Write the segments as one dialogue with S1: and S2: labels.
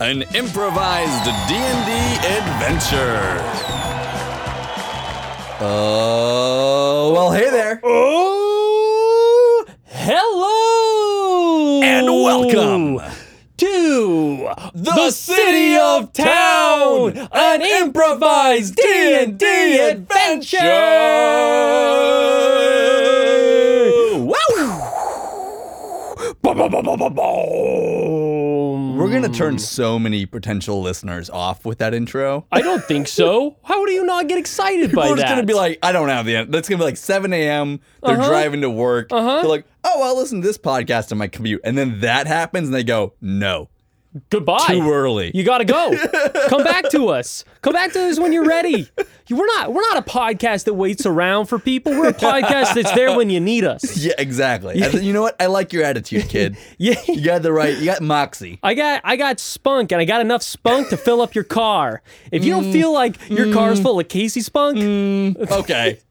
S1: An improvised D&D adventure.
S2: Oh, well, hey there.
S3: Oh, hello!
S1: And welcome
S3: to the,
S2: City of Town,
S3: an improvised D&D adventure.
S2: We're going to turn so many potential listeners off with that intro.
S3: I don't think so. How do you not get excited by
S2: We're
S3: that? Uh-huh.
S2: just going to be like, I don't have the end. That's going to be like 7 a.m. They're driving to work. They're like, oh, I'll listen to this podcast on my commute. And then that happens and they go, no,
S3: goodbye.
S2: too early.
S3: You gotta go. Come back to us. Come back to us when you're ready. You- We're not we're not a podcast that waits around for people. We're a podcast that's there when you need us.
S2: yeah, exactly. I said, you know what? I like your attitude, kid.
S3: Yeah.
S2: You got the right, you got moxie.
S3: I got I got spunk and I got enough spunk to fill up your car. If you
S2: Mm.
S3: don't feel like your car's full of Casey spunk,
S2: Okay.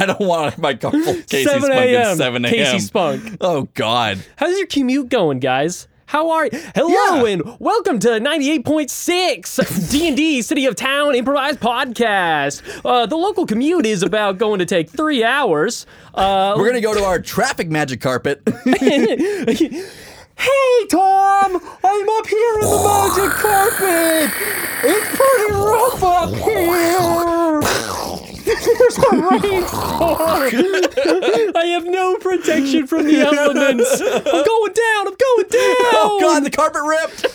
S2: I don't want my car full of Casey
S3: 7
S2: Spunk
S3: a.m.
S2: at 7 a.m.
S3: Casey spunk.
S2: Oh, God.
S3: How's your commute going, guys? How are you? Hello
S2: Yeah.
S3: and welcome to 98.6 D&D City of Town Improvised Podcast. Uh, the local commute is about going to take three hours. Uh,
S2: We're going to go to our traffic magic carpet. Oh,
S3: Hey, Tom! I'm up here in the magic carpet! It's pretty rough up here! There's a rainstorm! I have no protection from the elements! I'm going down! I'm going down!
S2: oh, God, the carpet ripped.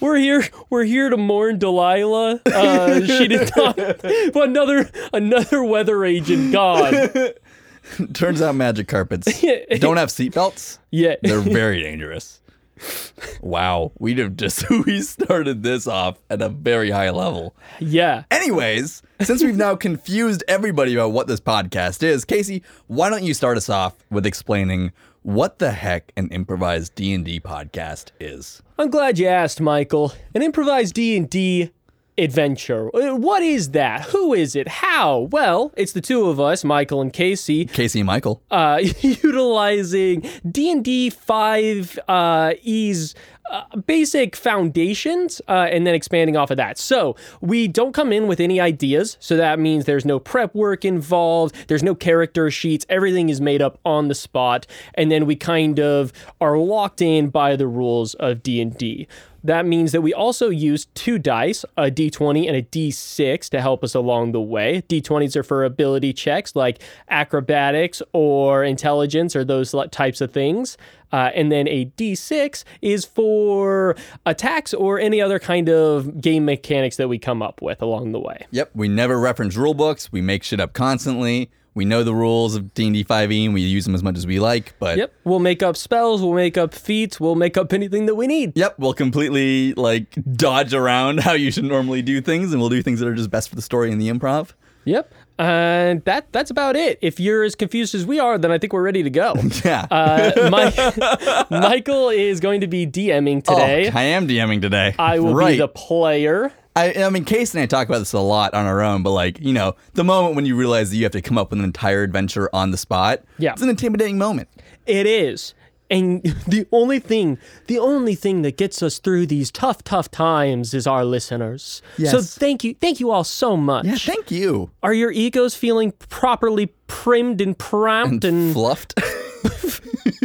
S3: We're here. We're here to mourn Delilah. Uh, she did not. But another another weather agent gone.
S2: Turns out magic carpets don't have seatbelts.
S3: Yeah.
S2: They're very dangerous. Wow, we'd have just we started this off at a very high level.
S3: Yeah.
S2: Anyways, since we've now confused everybody about what this podcast is, Casey, why don't you start us off with explaining what the heck an improvised D&D podcast is?
S3: I'm glad you asked, Michael. An improvised D&D adventure. Uh, What is that? Who is it? How? Well, it's the two of us, Michael and Casey,
S2: Casey and Michael.
S3: uh, utilizing D&D 5 uh, E's uh, basic foundations uh, and then expanding off of that. So we don't come in with any ideas. So that means there's no prep work involved. There's no character sheets. Everything is made up on the spot. And then we kind of are locked in by the rules of D&D. That means that we also use two dice, a d20 and a d6, to help us along the way. d20s are for ability checks like acrobatics or intelligence or those li- types of things. Uh, and then a d6 is for attacks or any other kind of game mechanics that we come up with along the way.
S2: Yep, we never reference rule books. We make shit up constantly. We know the rules of D&D 5e and E. we use them as much as we like, but
S3: Yep. We'll make up spells, we'll make up feats, we'll make up anything that we need.
S2: Yep, we'll completely like dodge around how you should normally do things, and we'll do things that are just best for the story and the improv.
S3: Yep. And that that's about it. If you're as confused as we are, then I think we're ready to go.
S2: Yeah.
S3: Uh, my, Michael is going to be DMing
S2: Oh,
S3: today.
S2: I am DMing today.
S3: I will
S2: right.
S3: be the player.
S2: I, I mean, Case and I talk about this a lot on our own, but like you know, the moment when you realize that you have to come up with an entire adventure on the spot,
S3: Yeah.
S2: it's an intimidating moment.
S3: It is. And the only thing, the only thing that gets us through these tough, tough times is our listeners. So
S2: Yes.
S3: thank you, thank you all so much.
S2: Yeah, thank you.
S3: Are your egos feeling properly primed and primed and
S2: Fluffed.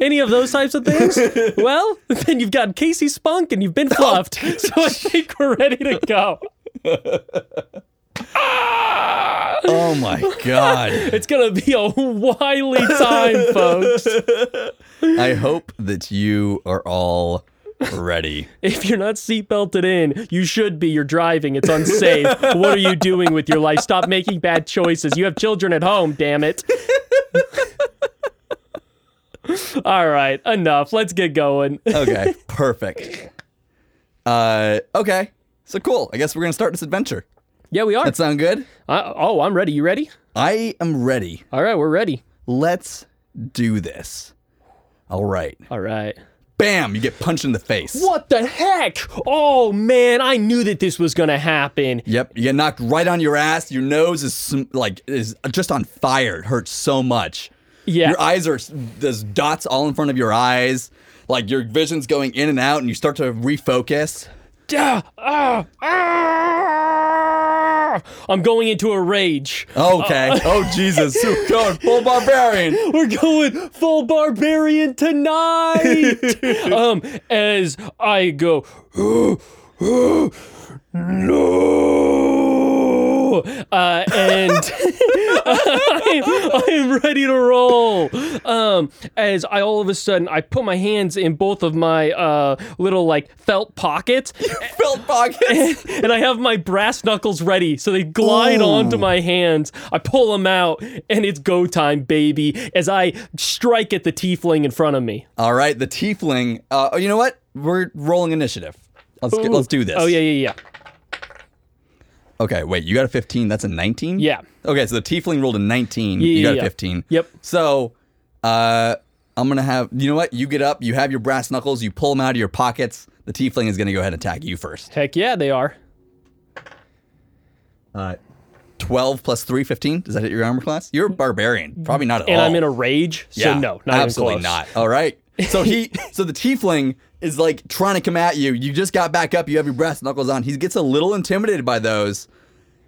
S3: any of those types of things? well, then you've got Casey Spunk and you've been fluffed. So I think we're ready to go.
S2: oh my god.
S3: It's gonna be a wily time, folks.
S2: I hope that you are all ready.
S3: If you're not seatbelted in, you should be. You're driving. It's unsafe. what are you doing with your life? Stop making bad choices. You have children at home, damn it. All right, enough. Let's get going.
S2: Okay, perfect. Uh, okay, so cool. I guess we're gonna start this adventure.
S3: Yeah, we are.
S2: That sound good?
S3: Uh, oh, I'm ready. You ready?
S2: I am ready.
S3: All right, we're ready.
S2: Let's do this. All right.
S3: All right.
S2: Bam! You get punched in the face.
S3: What the heck? Oh, man, I knew that this was going to happen.
S2: Yep. You get knocked right on your ass. Your nose is sm- like is just on fire. It hurts so much.
S3: Yeah.
S2: Your eyes are there's dots all in front of your eyes. Like your vision's going in and out, and you start to refocus.
S3: Duh, ah, ah. I'm going into a rage.
S2: Okay. oh Jesus! So going full barbarian.
S3: We're going full barbarian tonight. um, as I go, no, uh, and I am ready to roll. Um, as I all of a sudden I put my hands in both of my uh little like felt pockets,
S2: Felt pockets.
S3: and I have my brass knuckles ready, so they glide onto my hands. I pull them out, and it's go time, baby, as I strike at the tiefling in front of me.
S2: all right. The tiefling. Uh, oh, you know what? We're rolling initiative. Let's get, let's do this.
S3: Oh yeah, yeah, yeah.
S2: Okay. Wait. You got a 15. That's a 19.
S3: Yeah.
S2: Okay. So the tiefling rolled a 19.
S3: yeah,
S2: you got
S3: yeah.
S2: a 15.
S3: Yep.
S2: So, uh, I'm gonna have. You know what? You get up. You have your brass knuckles. You pull them out of your pockets. The tiefling is gonna go ahead and attack you first.
S3: Heck yeah, they are.
S2: Uh, 12 plus 3, 15. Does that hit your armor class? You're a barbarian. Probably not at
S3: And
S2: all.
S3: I'm in a rage, so
S2: Oh. Yeah,
S3: no, not
S2: absolutely
S3: even close.
S2: not. All right. So he, so the tiefling is like trying to come at you. You just got back up. You have your brass knuckles on. He gets a little intimidated by those.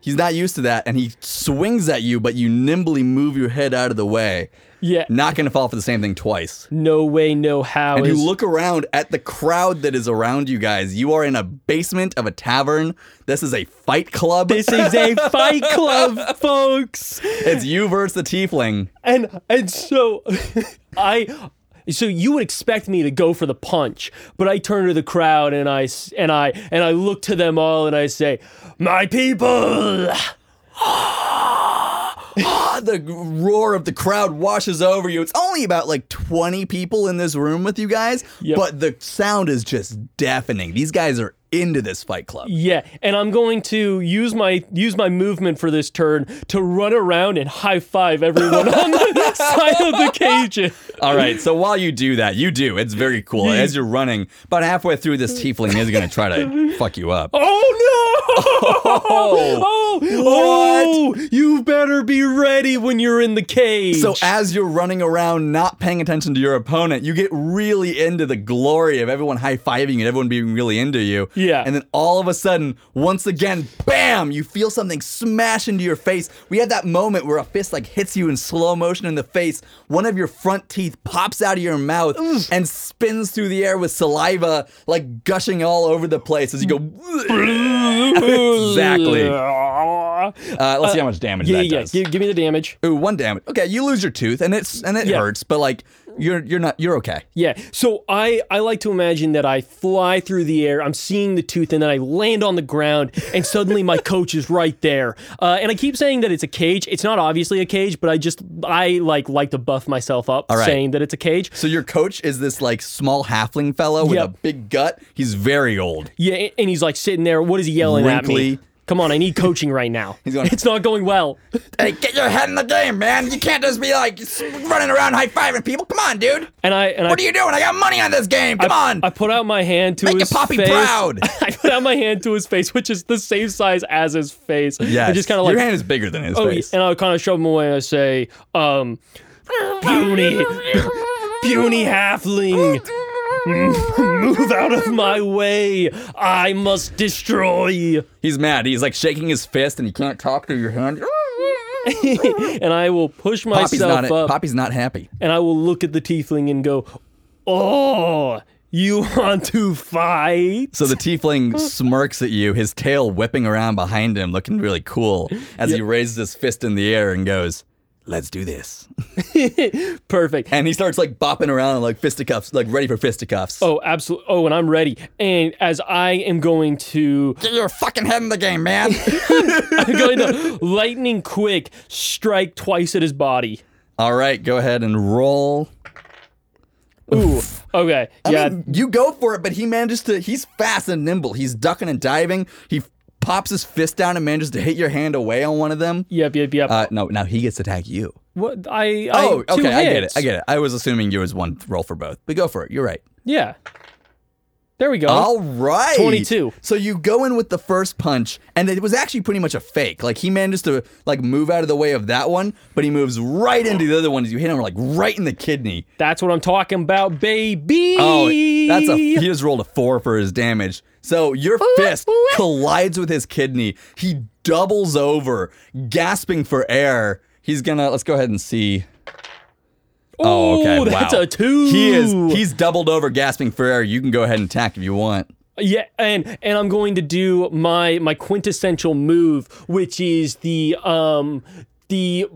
S2: He's not used to that, and he swings at you, but you nimbly move your head out of the way.
S3: Yeah.
S2: Not going to fall for the same thing twice.
S3: No way, no how.
S2: And you
S3: is-
S2: look around at the crowd that is around you guys. You are in a basement of a tavern. This is a fight club.
S3: this is a fight club, folks.
S2: it's you versus the tiefling.
S3: and and so I so you would expect me to go for the punch, but I turn to the crowd and I s- and I and I look to them all and I say, "My people."
S2: Ah, the roar of the crowd washes over you. It's only about like 20 people in this room with you guys,
S3: Yep.
S2: but the sound is just deafening. These guys are into this fight club.
S3: Yeah, and I'm going to use my use my movement for this turn to run around and high five everyone on the side of the cage.
S2: All right, so while you do that, you do. It's very cool. As you're running, about halfway through, this tiefling is going to try to fuck you up.
S3: Oh no! Oh, oh, you better be ready when you're in the cage.
S2: So as you're running around, not paying attention to your opponent, you get really into the glory of everyone high fiving and everyone being really into you.
S3: Yeah.
S2: And then all of a sudden, once again, bam! You feel something smash into your face. We had that moment where a fist like hits you in slow motion in the face. One of your front teeth pops out of your mouth and spins through the air with saliva like gushing all over the place as you go. exactly.
S3: exactly.
S2: Uh, let's see how much damage
S3: Yeah,
S2: that
S3: yeah.
S2: does.
S3: Give, give me the damage.
S2: Ooh, one damage. Okay, you lose your tooth, and it's and it
S3: Yeah.
S2: hurts, but like you're you're not you're okay.
S3: Yeah. So I I like to imagine that I fly through the air. I'm seeing the tooth, and then I land on the ground, and suddenly my coach is right there. Uh, and I keep saying that it's a cage. It's not obviously a cage, but I just I like like to buff myself up
S2: right.
S3: saying that it's a cage.
S2: So your coach is this like small halfling fellow with a
S3: Yep.
S2: big gut. He's very old.
S3: Yeah. a- And he's like sitting there. What is he yelling at
S2: Wrinkly.
S3: me? Come on, I need coaching right now.
S2: He's going-
S3: it's not going well.
S2: Hey, get your head in the game, man. You can't just be like s- running around high fiving people. Come on, dude.
S3: And I and I
S2: What are you doing? I got money on this game. Come on.
S3: I put out my hand to
S2: your
S3: his
S2: poppy
S3: face.
S2: proud.
S3: I put out my hand to his face, which is the same size as his face.
S2: Yes.
S3: I just kind of like
S2: your hand is bigger than his
S3: oh,
S2: face.
S3: and I would kind of shove him away and I say, um, puny, puny halfling, move out of my way. I must destroy.
S2: He's mad. He's like shaking his fist, and he can't talk through your hand.
S3: and I will push
S2: Poppy's
S3: myself
S2: not.
S3: up
S2: Poppy's not happy.
S3: and I will look at the tiefling and go, oh, you want to fight?
S2: So the tiefling smirks at you, his tail whipping around behind him, looking really cool as he raises his fist in the air and goes, Let's do this.
S3: Perfect.
S2: And he starts like bopping around like fisticuffs, like ready for fisticuffs.
S3: Oh, absolutely. Oh, and I'm ready. And as I am going to,
S2: Get your fucking head in the game, man.
S3: I'm going to lightning quick strike twice at his body.
S2: All right, go ahead and roll.
S3: Ooh. Okay.
S2: I
S3: yeah.
S2: mean, you go for it, but he manages to, he's fast and nimble. He's ducking and diving. He f- pops his fist down and manages to hit your hand away on one of them.
S3: yep. Yep. Yep.
S2: Uh, no, now he gets to attack you.
S3: what? I. I
S2: Oh,
S3: two
S2: okay, I get it.
S3: hits.
S2: I get it. I was assuming you was one roll for both, but go for it. You're right.
S3: Yeah. There we go.
S2: All right.
S3: 22.
S2: So you go in with the first punch, and it was actually pretty much a fake. Like he manages to like move out of the way of that one, but he moves right into the other one as you hit him like right in the kidney.
S3: That's what I'm talking about, baby.
S2: Oh, that's a he just rolled a four for his damage. So your fist collides with his kidney. He doubles over, gasping for air. He's gonna let's go ahead and see. Oh, okay.
S3: Ooh, that's
S2: wow.
S3: a two.
S2: He is he's doubled over, gasping for air. You can go ahead and attack if you want.
S3: Yeah, and and I'm going to do my my quintessential move, which is the um the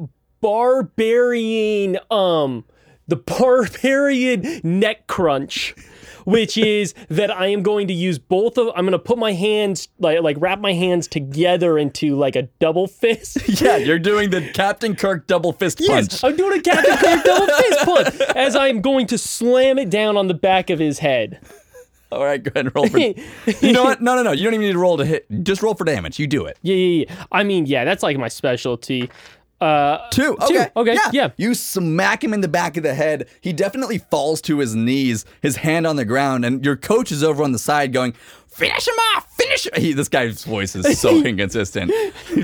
S3: barbarian um the barbarian neck crunch, which is that I am going to use both of I'm going to put my hands like like wrap my hands together into like a double fist.
S2: Yeah, you're doing the Captain Kirk double fist punch.
S3: Yes, I'm doing a Captain Kirk double fist punch as I'm going to slam it down on the back of his head.
S2: All right, go ahead and roll for. you know what? No, no, no. You don't even need to roll to hit. Just roll for damage. You do it.
S3: Yeah, yeah, yeah. I mean, yeah, that's like my specialty. Uh,
S2: Two.
S3: Two.
S2: Okay.
S3: Okay, yeah.
S2: You smack him in the back of the head. He definitely falls to his knees, his hand on the ground, and your coach is over on the side going, "Finish him off! Finish!" Him. He, this guy's voice is so inconsistent.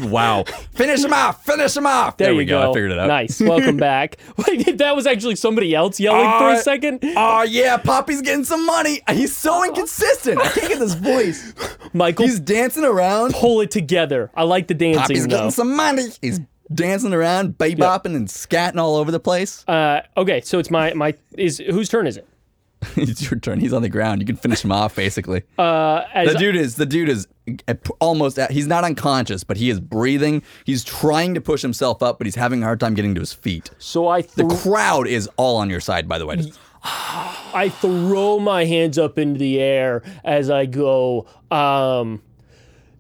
S2: wow. Finish him off! Finish him off! There,
S3: there
S2: we
S3: we
S2: I figured it out.
S3: Nice. Welcome back. Wait, that was actually somebody else yelling for a
S2: Alright.
S3: second.
S2: Oh yeah, Poppy's getting some money. He's so inconsistent. I can't get this voice.
S3: Michael,
S2: He's dancing around.
S3: pull it together. I like the dancing
S2: Poppy's
S3: though.
S2: getting some money. He's dancing around, bebopping and scatting all over the place.
S3: uh, okay, so it's my my is whose turn is it?
S2: it's your turn. He's on the ground. You can finish him off, basically.
S3: Uh, as
S2: the dude is the dude is uh, almost. At, he's not unconscious, but he is breathing. He's trying to push himself up, but he's having a hard time getting to his feet.
S3: so I
S2: The
S3: thro-
S2: crowd is all on your side, by the way. Just,
S3: I throw my hands up into the air as I go. Um,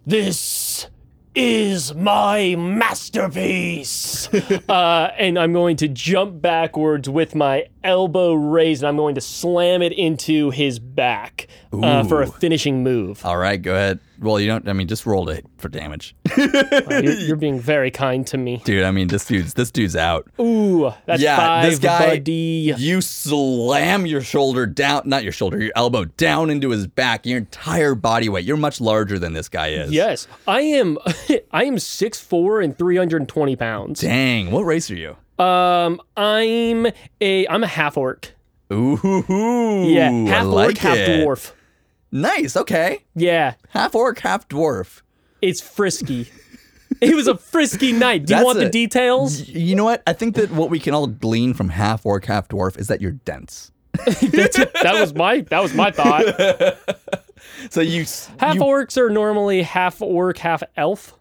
S3: this is my masterpiece, uh, and I'm going to jump backwards with my elbow raised, and I'm going to slam it into his back uh, for a finishing move.
S2: all right, go ahead. Well, you don't. I mean, just roll it for damage,
S3: Wow, you're, you're being very kind to me.
S2: dude. I mean, this dude's this dude's out.
S3: Ooh, that's
S2: Yeah,
S3: five,
S2: this guy-
S3: buddy.
S2: You slam your shoulder down, not your shoulder, your elbow down into his back. Your entire body weight. You're much larger than this guy is.
S3: Yes, I am. I am six four and three hundred and twenty pounds.
S2: Dang, what race are you?
S3: Um, I'm a I'm a half orc.
S2: Ooh,
S3: Yeah,
S2: I
S3: half orc,
S2: like
S3: half
S2: it.
S3: dwarf.
S2: Nice. Okay.
S3: Yeah,
S2: Half orc, half dwarf.
S3: it's frisky. it was a frisky night. Do you
S2: That's
S3: want the
S2: a-
S3: details?
S2: You know what? I think that what we can all glean from half orc, half dwarf is that you're dense.
S3: That's it. that was my that was my thought.
S2: So you s-
S3: Half
S2: you-
S3: orcs are normally half orc, half elf,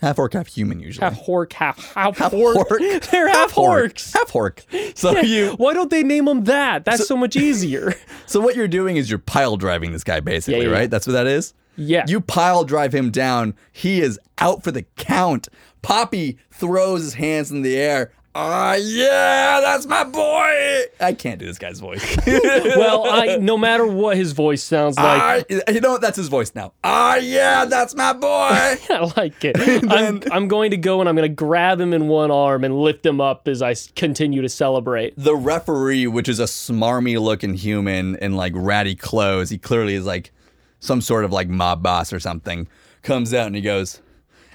S2: half orc, half human usually.
S3: half orc, half half, orc.
S2: orc.
S3: They're half,
S2: orc,
S3: orcs.
S2: half orc. So you,
S3: Why don't they name them that? That's so, much easier.
S2: so what you're doing is you're pile driving this guy basically,
S3: Yeah, yeah,
S2: right?
S3: yeah.
S2: That's what that is.
S3: Yeah.
S2: You pile drive him down. He is out for the count. Poppy throws his hands in the air. Ah, yeah, that's my boy. I can't do this guy's voice.
S3: well, I no matter what his voice sounds like,
S2: Ah, you know what? That's his voice now. Ah, yeah, that's my boy.
S3: I like it. I'm, I'm going to go and I'm going to grab him in one arm and lift him up as I s- continue to celebrate.
S2: the referee, which is a smarmy looking human in like ratty clothes, he clearly is like some sort of like mob boss or something, comes out and he goes,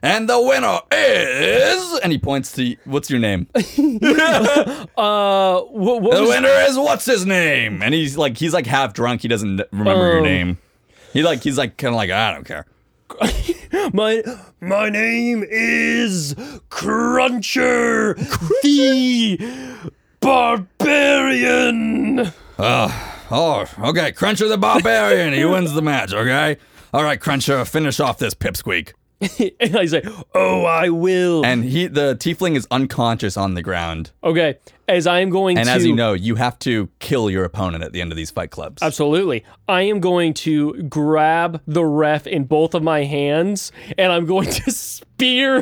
S2: and the winner is, and he points to, what's your name? the
S3: Uh, what, what was,
S2: winner is, what's his name? And he's like, he's like half drunk. He doesn't kn- remember your
S3: Um.
S2: name. He like, he's like, kind of like, I don't care.
S3: my my name is Cruncher, the Barbarian.
S2: Oh, okay. Cruncher the Barbarian. he wins the match, okay? All right, Cruncher, finish off this pipsqueak.
S3: and I say, "Oh, I will."
S2: And he, the tiefling is unconscious on the ground.
S3: okay, as I am going
S2: And
S3: to
S2: as you know, you have to kill your opponent at the end of these fight clubs.
S3: Absolutely. I am going to grab the ref in both of my hands and I'm going to spear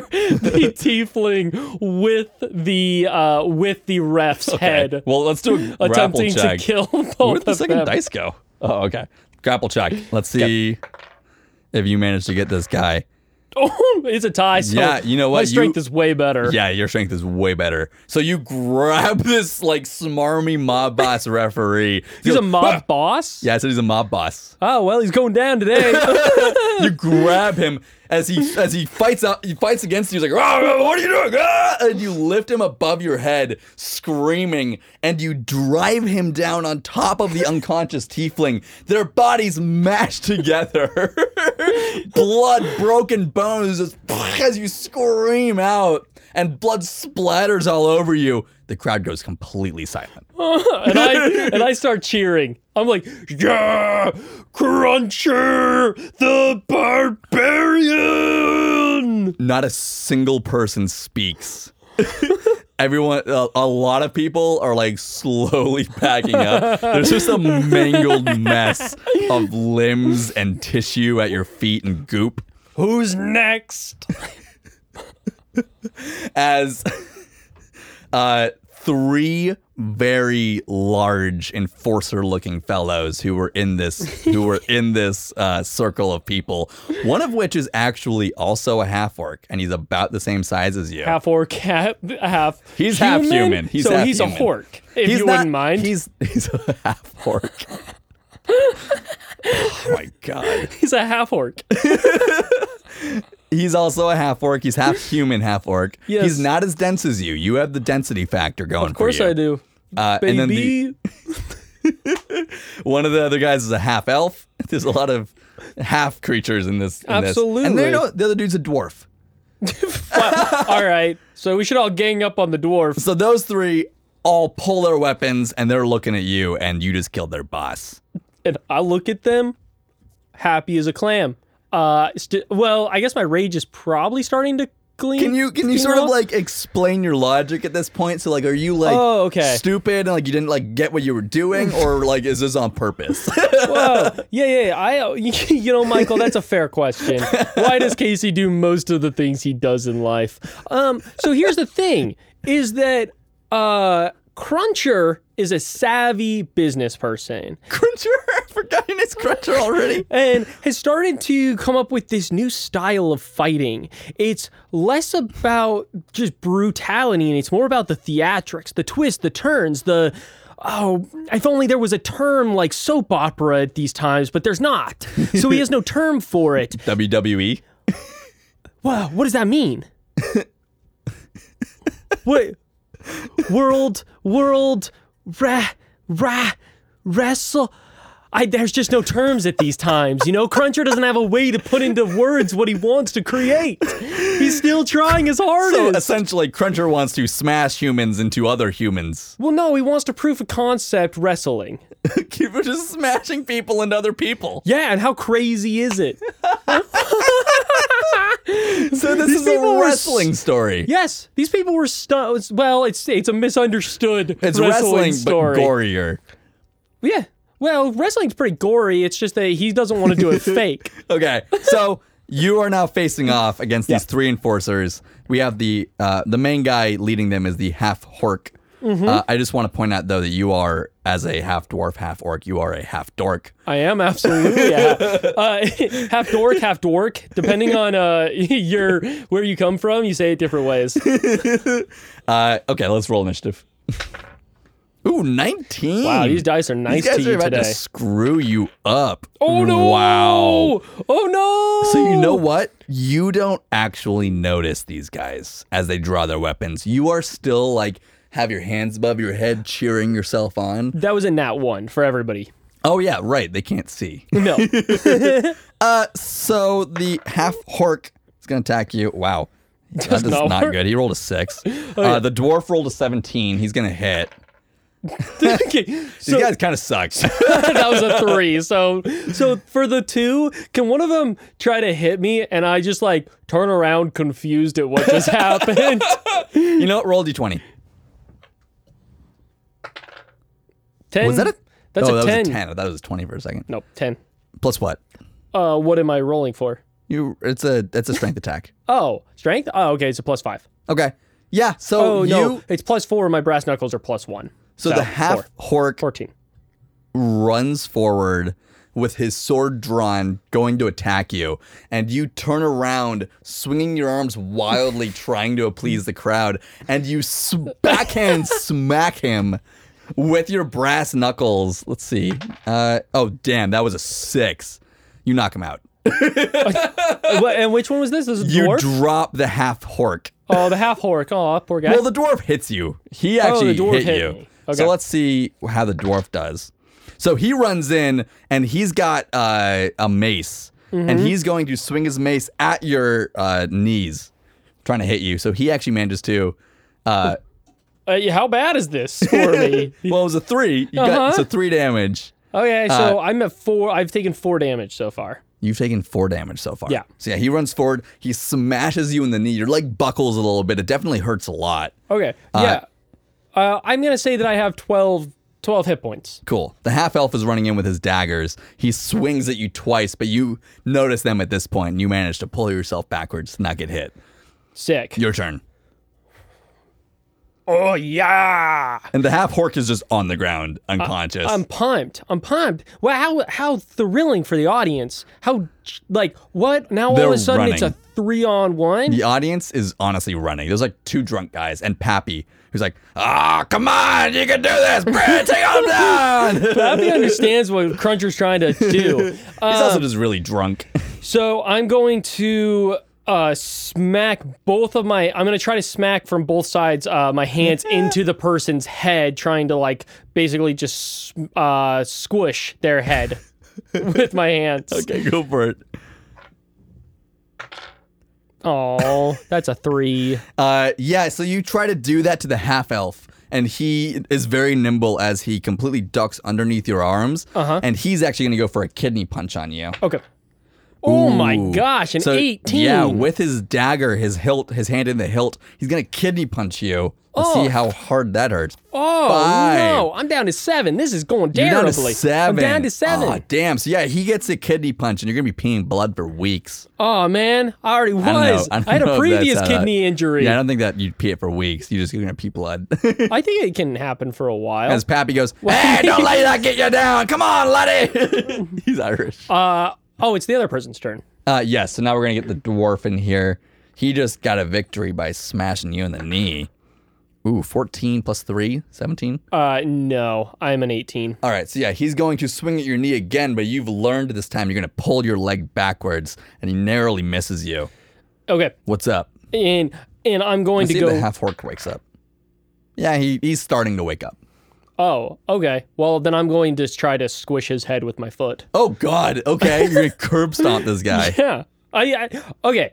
S3: the tiefling with the uh, with the ref's head,
S2: Well, let's do a grapple
S3: attempting to
S2: check.
S3: kill both
S2: Where'd the
S3: of
S2: second
S3: them.
S2: dice go? Oh, okay. Grapple check. Let's see if you manage to get this guy.
S3: Oh, it's a tie. So
S2: Yeah, you know what?
S3: My strength
S2: You-
S3: is way better.
S2: Yeah, your strength is way better. So you grab this like smarmy mob boss referee.
S3: He's
S2: You
S3: a
S2: go,
S3: mob
S2: "Ah!"
S3: boss.
S2: Yeah, so he's a mob boss.
S3: Oh well, he's going down today.
S2: You grab him as he as he fights out. He fights against you. He's like, "Ah, "What are you doing?" Ah!" And you lift him above your head, screaming, and you drive him down on top of the unconscious tiefling. Their bodies mashed together, blood, broken bones, just as you scream out, and blood splatters all over you. The crowd goes completely silent.
S3: and I and I start cheering. I'm like, yeah, Cruncher the Barbarian.
S2: not a single person speaks. Everyone, a, a lot of people are like slowly packing up. There's just a mangled mess of limbs and tissue at your feet and goop
S3: Who's next?
S2: as uh, three very large enforcer-looking fellows who were in this who were in this uh, circle of people. One of which is actually also a half orc, and he's about the same size as you.
S3: Half orc, half half.
S2: He's half human. He's
S3: so
S2: half
S3: he's
S2: human.
S3: a hork. If
S2: he's
S3: you
S2: not-
S3: wouldn't mind, he's,
S2: He's he's a half orc. oh my god.
S3: a half orc.
S2: He's also a half orc. He's half human, half orc.
S3: Yes.
S2: He's not as dense as you. You have the density factor going.
S3: Of course
S2: for you.
S3: I do.
S2: Uh,
S3: Baby,
S2: and then the, one of the other guys is a half elf. There's a lot of half creatures in this. In this. And
S3: Absolutely.
S2: then, you know, the other dude's a dwarf.
S3: Wow. all right. So we should all gang up on the dwarf.
S2: So those three all pull their weapons and they're looking at you, and you just killed their boss.
S3: And I look at them, happy as a clam. Uh, st- well, I guess my rage is probably starting to gleam.
S2: Can you can you
S3: gleam
S2: sort of
S3: off.
S2: like explain your logic at this point? So like, are you like
S3: Oh, okay.
S2: stupid and like you didn't like get what you were doing, or like is this on purpose? uh,
S3: Whoa. Uh, Yeah, yeah, yeah. I, uh, you know, Michael, that's a fair question. Why does Casey do most of the things he does in life? Um, so here's the thing: is that uh, Cruncher is a savvy business person
S2: Cruncher, I've forgotten his Cruncher already.
S3: and has started to come up with this new style of fighting. It's less about just brutality and it's more about the theatrics, the twists, the turns, the oh, if only there was a term like soap opera at these times, but there's not. So he has no term for it.
S2: WWE.
S3: Wow, what does that mean? what world world ra ra wrestle I, there's just no terms at these times, you know. Cruncher doesn't have a way to put into words what he wants to create. He's still trying his
S2: So
S3: hardest.
S2: essentially, Cruncher wants to smash humans into other humans.
S3: well, no, he wants to prove a concept wrestling.
S2: Keep just smashing people into other people.
S3: Yeah, and how crazy is it?
S2: So this
S3: These
S2: is a
S3: people were s-
S2: wrestling story.
S3: Yes, these people were stu- well. It's it's a misunderstood
S2: It's
S3: wrestling,
S2: wrestling,
S3: story.
S2: but gorier.
S3: Yeah. Well, wrestling's pretty gory. It's just that he doesn't want to do it fake.
S2: Okay, so you are now facing off against these
S3: Yeah.
S2: three enforcers. We have the uh, the main guy leading them is the half hork.
S3: Mm-hmm.
S2: Uh, I just want to point out though that you are as a half dwarf, half orc. You are a half dork.
S3: I am absolutely yeah. uh, half dork, half dork. Depending on uh, your where you come from, you say it different ways.
S2: Uh, okay, let's roll initiative. Ooh, nineteen.
S3: Wow, these dice are nice
S2: These guys
S3: to
S2: are
S3: you
S2: about
S3: today.
S2: to screw you up.
S3: oh no!
S2: Wow.
S3: Oh no!
S2: So you know what? You don't actually notice these guys as they draw their weapons. You are still like have your hands above your head cheering yourself on.
S3: that was a nat one for everybody.
S2: Oh yeah, right. They can't see.
S3: No,
S2: Uh, so the half hork is gonna attack you. Wow, that is
S3: not
S2: not
S3: work. Oh,
S2: good. He rolled a six. uh, the dwarf rolled a seventeen. He's gonna hit.
S3: okay.
S2: These
S3: So
S2: guys kind of sucks.
S3: that was a three. So so for the two, can one of them try to hit me and I just like turn around confused at what just happened?
S2: you know what? Roll d twenty.
S3: Ten.
S2: Was that a?
S3: That's
S2: oh,
S3: a
S2: that
S3: ten.
S2: was a ten. I thought it was twenty for a second.
S3: Nope, ten.
S2: Plus what?
S3: Uh, what am I rolling for?
S2: You. It's a. It's a strength attack.
S3: Oh, strength. Oh, okay, it's a plus five.
S2: Okay. Yeah. So
S3: Oh
S2: you.
S3: no, it's plus four. My brass knuckles are plus one.
S2: So, the half
S3: four.
S2: hork
S3: fourteen.
S2: runs forward with his sword drawn, going to attack you, and you turn around, swinging your arms wildly, trying to please the crowd, and you s- backhand smack him with your brass knuckles. Let's see. Uh, oh, damn, that was a six. You knock him out.
S3: Uh, wh- and which one was this? This is
S2: You
S3: dwarf.
S2: drop the half hork.
S3: oh, the half hork. Oh, poor guy.
S2: Well, the dwarf hits you. He actually
S3: Oh, dwarf
S2: hit,
S3: hit
S2: you.
S3: me. Okay.
S2: So let's see how the dwarf does. So he runs in and he's got uh, a mace,
S3: Mm-hmm.
S2: and he's going to swing his mace at your uh, knees, trying to hit you. So he actually manages to. Uh,
S3: Uh, yeah, how bad is this for me?
S2: well, it was a three. You
S3: Uh-huh.
S2: got so three damage.
S3: okay, so
S2: Uh,
S3: I'm at four. I've taken four damage so far.
S2: You've taken four damage so far.
S3: Yeah.
S2: So yeah, he runs forward. He smashes you in the knee. Your leg buckles a little bit. It definitely hurts a lot.
S3: Okay.
S2: Uh,
S3: yeah. Uh, I'm gonna say that I have 12, 12 hit points.
S2: Cool. The half elf is running in with his daggers. He swings at you twice, but you notice them at this point, and you manage to pull yourself backwards to not get hit.
S3: Sick.
S2: Your turn.
S3: oh yeah. Uh, um,
S2: And the half hork is just on the ground, unconscious.
S3: I'm pumped. I'm pumped. Wow, how how thrilling for the audience. How like what? Now all
S2: They're
S3: of a sudden it's a
S2: running.
S3: three on one.
S2: the audience is honestly running. There's like two drunk guys and Pappy, who's like, "Ah, come on, you can do this, Brad, take him down." He's
S3: Bobby understands what Cruncher's trying to do.
S2: also just really drunk.
S3: So I'm going to uh, smack both of my. I'm going to try to smack from both sides uh, my hands into the person's head, trying to like basically just uh, squish their head with my hands.
S2: okay, go for it.
S3: Oh, that's a three.
S2: Uh, yeah, so you try to do that to the half elf, and he is very nimble as he completely ducks underneath your arms. Uh-huh. And he's actually going to go for a kidney punch on you.
S3: Okay. Oh my
S2: Ooh.
S3: gosh, an
S2: So,
S3: 18.
S2: Yeah, with his dagger, his hilt, his hand in the hilt, he's going to kidney punch you. Let's see how hard that hurts.
S3: oh
S2: five.
S3: no, I'm down to seven. This is going
S2: You're down
S3: terribly.
S2: to seven.
S3: I'm down to
S2: Aw,
S3: seven.
S2: damn. So, yeah, he gets a kidney punch, and you're going to be peeing blood for weeks.
S3: Oh, man, Oh, I already was.
S2: I, don't know. I, don't
S3: had
S2: know
S3: a
S2: if
S3: previous
S2: that's how that-
S3: kidney injury.
S2: Yeah, I don't think that you'd pee it for weeks. You're just going to pee blood.
S3: I think it can happen for a while.
S2: As Pappy goes, hey, don't let that get you down. Come on, Letty. He's Irish. Uh,
S3: Uh, oh, it's the other person's turn.
S2: yes, so now we're going to get the dwarf in here. He just got a victory by smashing you in the knee. Ooh, 14 plus 3, 17.
S3: Uh, no, I'm an 18.
S2: All right, so yeah, he's going to swing at your knee again, but you've learned this time you're going to pull your leg backwards, and he narrowly misses you.
S3: Okay,
S2: What's up?
S3: and and I'm going
S2: See
S3: to
S2: if
S3: go.
S2: the half orc wakes up. Yeah, he, he's starting to wake up.
S3: oh, okay. Well, then I'm going to try to squish his head with my foot.
S2: Oh, God. Okay, you're going to curb stomp this guy.
S3: Yeah. I, I okay.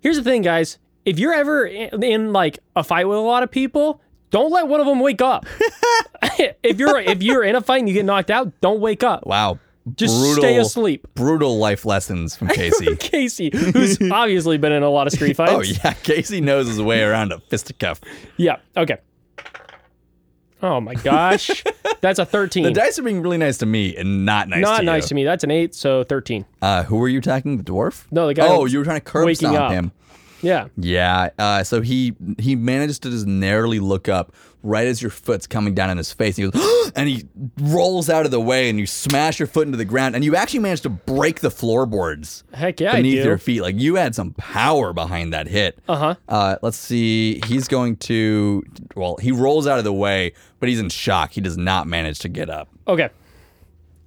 S3: Here's the thing, guys. If you're ever in, in like a fight with a lot of people, don't let one of them wake up. if you're if you're in a fight and you get knocked out, don't wake up.
S2: Wow.
S3: Just
S2: brutal,
S3: stay asleep.
S2: Brutal life lessons from Casey.
S3: Casey, who's obviously been in a lot of street fights.
S2: oh, yeah. Casey knows his way around a fisticuff.
S3: Yeah. Okay. Oh my gosh, that's a thirteen.
S2: The dice are being really nice to me and not nice
S3: Not
S2: to
S3: nice to
S2: you.
S3: me. That's an eight, so thirteen.
S2: Uh, who were you attacking? The dwarf?
S3: No, the guy
S2: Oh,
S3: that's
S2: you were trying to curb
S3: waking
S2: stomp
S3: up.
S2: him.
S3: Yeah.
S2: Yeah. Uh, so he he manages to just narrowly look up right as your foot's coming down on his face. He goes, and he rolls out of the way, and you smash your foot into the ground, and you actually manage to break the floorboards.
S3: Heck yeah, I do.
S2: beneath your feet. Like you had some power behind that hit.
S3: Uh-huh.
S2: Uh Let's see. He's going to. Well, he rolls out of the way, but he's in shock. He does not manage to get up.
S3: okay.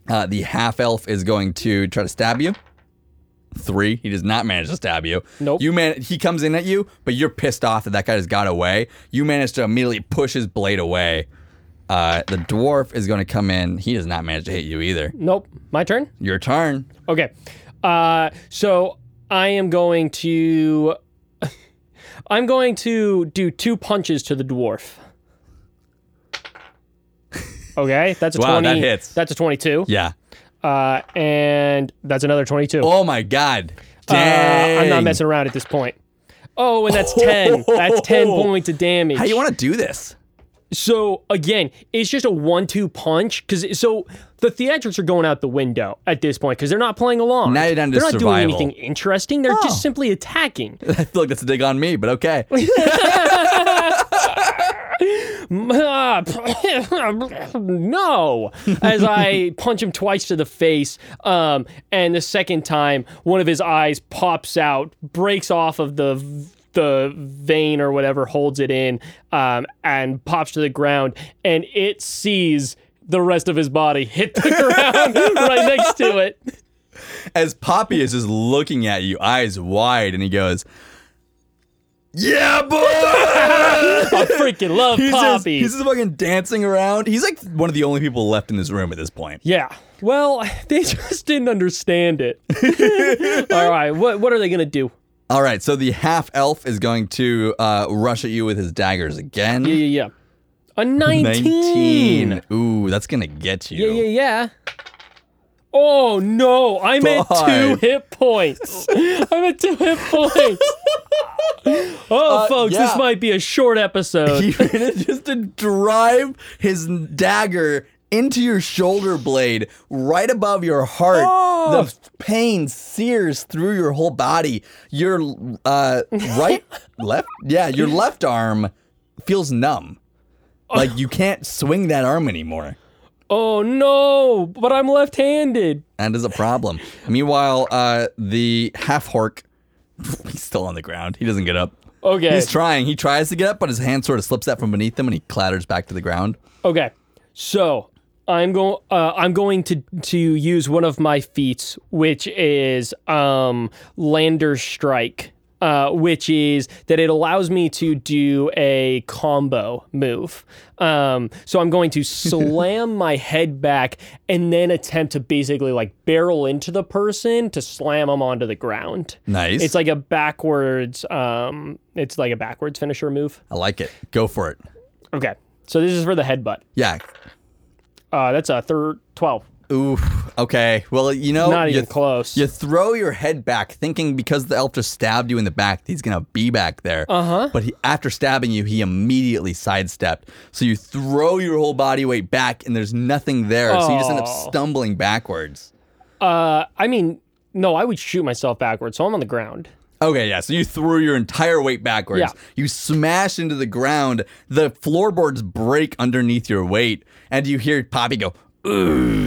S2: Uh, the half elf is going to try to stab you. Three. He does not manage to stab you.
S3: Nope.
S2: You man. He comes in at you, but you're pissed off that that guy just got away. You manage to immediately push his blade away. Uh, the dwarf is going to come in. He does not manage to hit you either.
S3: Nope. My turn.
S2: Your turn.
S3: Okay. Uh, so I am going to. I'm going to do two punches to the dwarf. Okay, that's a
S2: Wow, that
S3: twenty.
S2: hits.
S3: That's a twenty-two,
S2: Yeah.
S3: uh, and that's another twenty-two.
S2: Oh my god.
S3: Uh,
S2: Dang.
S3: I'm not messing around at this point. Oh, and that's ten. That's ten points of damage.
S2: How you want to do this?
S3: So again, it's just a one-two punch because so the theatrics are going out the window at this point because they're not playing along.
S2: Now you're down to
S3: they're not doing
S2: survival.
S3: anything interesting. They're
S2: Oh.
S3: just simply attacking.
S2: I feel like that's a dig on me, but okay.
S3: no, as I punch him twice to the face. Um, and the second time, one of his eyes pops out, breaks off of the the vein or whatever holds it in, um, and pops to the ground, and it sees the rest of his body hit the ground right next to it.
S2: As Poppy is just looking at you, eyes wide, and he goes, "Yeah, boy!"
S3: I freaking love
S2: He's just,
S3: Poppy.
S2: he's just fucking dancing around. He's like one of the only people left in this room at this point.
S3: Yeah. Well, they just didn't understand it. All right. What what are they gonna do?
S2: All right, so the half elf is going to uh, rush at you with his daggers again.
S3: Yeah, yeah, yeah. A 19.
S2: 19. Ooh, that's going to get you.
S3: Yeah, yeah, yeah. Oh no, I'm at
S2: Five.
S3: two hit points. I'm at two hit points. Oh, folks, this
S2: Uh, yeah.
S3: might be a short episode.
S2: He manages to drive his dagger into your shoulder blade, right above your heart. The pain sears through your whole body. Your uh, right, left, yeah, your left arm feels numb. Like you can't swing that arm anymore.
S3: oh no, but I'm left handed.
S2: That is a problem. Meanwhile, uh, the half hork, he's still on the ground. He doesn't get up.
S3: Okay.
S2: He's trying. He tries to get up, but his hand sort of slips out from beneath him, and he clatters back to the ground.
S3: Okay, so I'm going. Uh, I'm going to to use one of my feats, which is um, Lander Strike, uh, which is that it allows me to do a combo move. Um, so I'm going to slam my head back and then attempt to basically like barrel into the person to slam them onto the ground.
S2: Nice.
S3: It's like a backwards. Um, it's like a backwards finisher move.
S2: I like it. Go for it.
S3: Okay, so this is for the headbutt.
S2: Yeah.
S3: Uh, that's a third 12.
S2: Ooh. Okay. Well, you know,
S3: Not
S2: you,
S3: even close.
S2: You throw your head back, thinking because the elf just stabbed you in the back, he's gonna be back there. Uh
S3: Uh-huh.
S2: huh. But he, after stabbing you, he immediately sidestepped. So you throw your whole body weight back, and there's nothing there. So you just end up
S3: Aw.
S2: stumbling backwards.
S3: Uh, I mean, no, I would shoot myself backwards, so I'm on the ground.
S2: Okay, yeah. So you threw your entire weight backwards.
S3: Yeah.
S2: You smash into the ground. The floorboards break underneath your weight, and you hear Poppy go,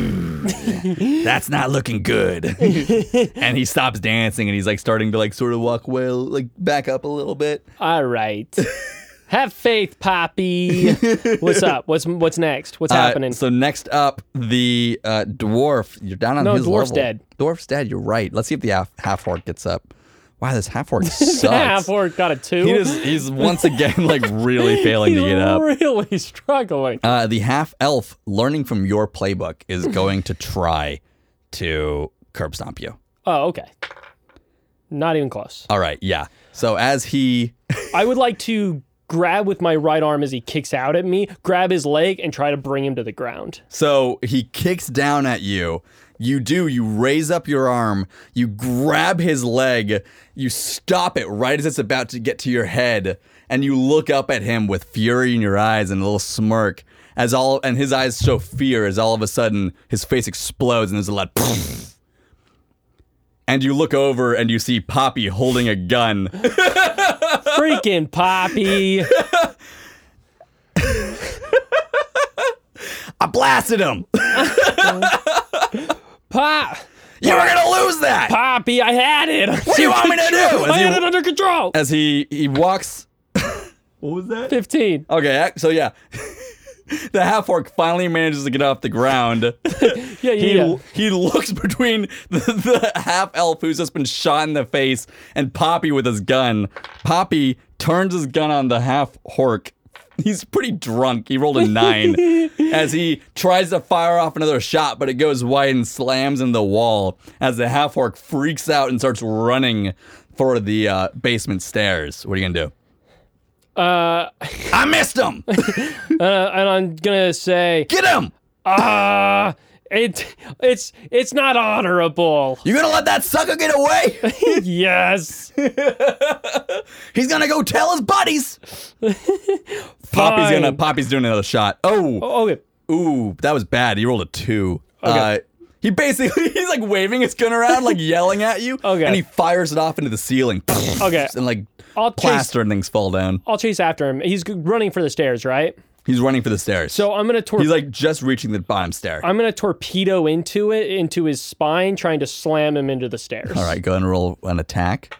S2: "Ooh, that's not looking good." and he stops dancing, and he's like starting to like sort of walk well, like back up a little bit.
S3: All right. Have faith, Poppy. What's up? What's what's next? What's
S2: Uh,
S3: happening?
S2: so next up, the uh, dwarf. You're down on
S3: No,
S2: his
S3: dwarf's
S2: level.
S3: dead.
S2: Dwarf's dead. You're right. Let's see if the half half orc gets up. Wow, this half orc sucks.
S3: Half orc got a two.
S2: He just, he's once again like really failing
S3: He's
S2: to get up.
S3: really struggling.
S2: Uh, the half elf, learning from your playbook, is going to try to curb stomp you.
S3: Oh, okay. Not even close.
S2: All right, yeah. So as he,
S3: I would like to grab with my right arm as he kicks out at me, grab his leg, and try to bring him to the ground.
S2: so he kicks down at you. You do. You raise up your arm. You grab his leg. You stop it right as it's about to get to your head, and you look up at him with fury in your eyes and a little smirk. As all and his eyes show fear as all of a sudden his face explodes and there's a loud. And you look over and you see Poppy holding a gun.
S3: Freaking Poppy.
S2: I blasted him.
S3: Pop.
S2: You were gonna lose that.
S3: Poppy, I had it.
S2: What do you want me to do? As
S3: I had it
S2: he, Uh,
S3: under control.
S2: as he he walks. what was that?
S3: 15.
S2: Okay, ac- so yeah, the half orc finally manages to get off the ground.
S3: Yeah, yeah,
S2: He
S3: yeah.
S2: he looks between the, the half elf who's just been shot in the face and Poppy with his gun. Poppy turns his gun on the half hork. He's pretty drunk. He rolled a nine as he tries to fire off another shot, but it goes wide and slams in the wall as the half orc freaks out and starts running for the uh, basement stairs. What are you gonna do?
S3: Uh,
S2: I missed him.
S3: uh, and I'm gonna say,
S2: Get him.
S3: ah, it, it's, it's not honorable.
S2: You gonna let that sucker get away?
S3: yes.
S2: He's gonna go tell his buddies. Poppy's gonna.
S3: Fine.
S2: Poppy's doing another shot. Oh,
S3: Oh, okay.
S2: ooh, that was bad. He rolled a two. Uh, he basically he's like waving his gun around, like yelling at you.
S3: Okay.
S2: And he fires it off into the ceiling.
S3: Okay.
S2: And like
S3: I'll chase-
S2: plaster and things fall down.
S3: I'll chase after him. He's g- running for the stairs, right?
S2: He's running for the stairs.
S3: So I'm gonna tor-
S2: he's like just reaching the bottom stair.
S3: I'm gonna torpedo into it into his spine, trying to slam him into the stairs.
S2: All right, go and roll an attack.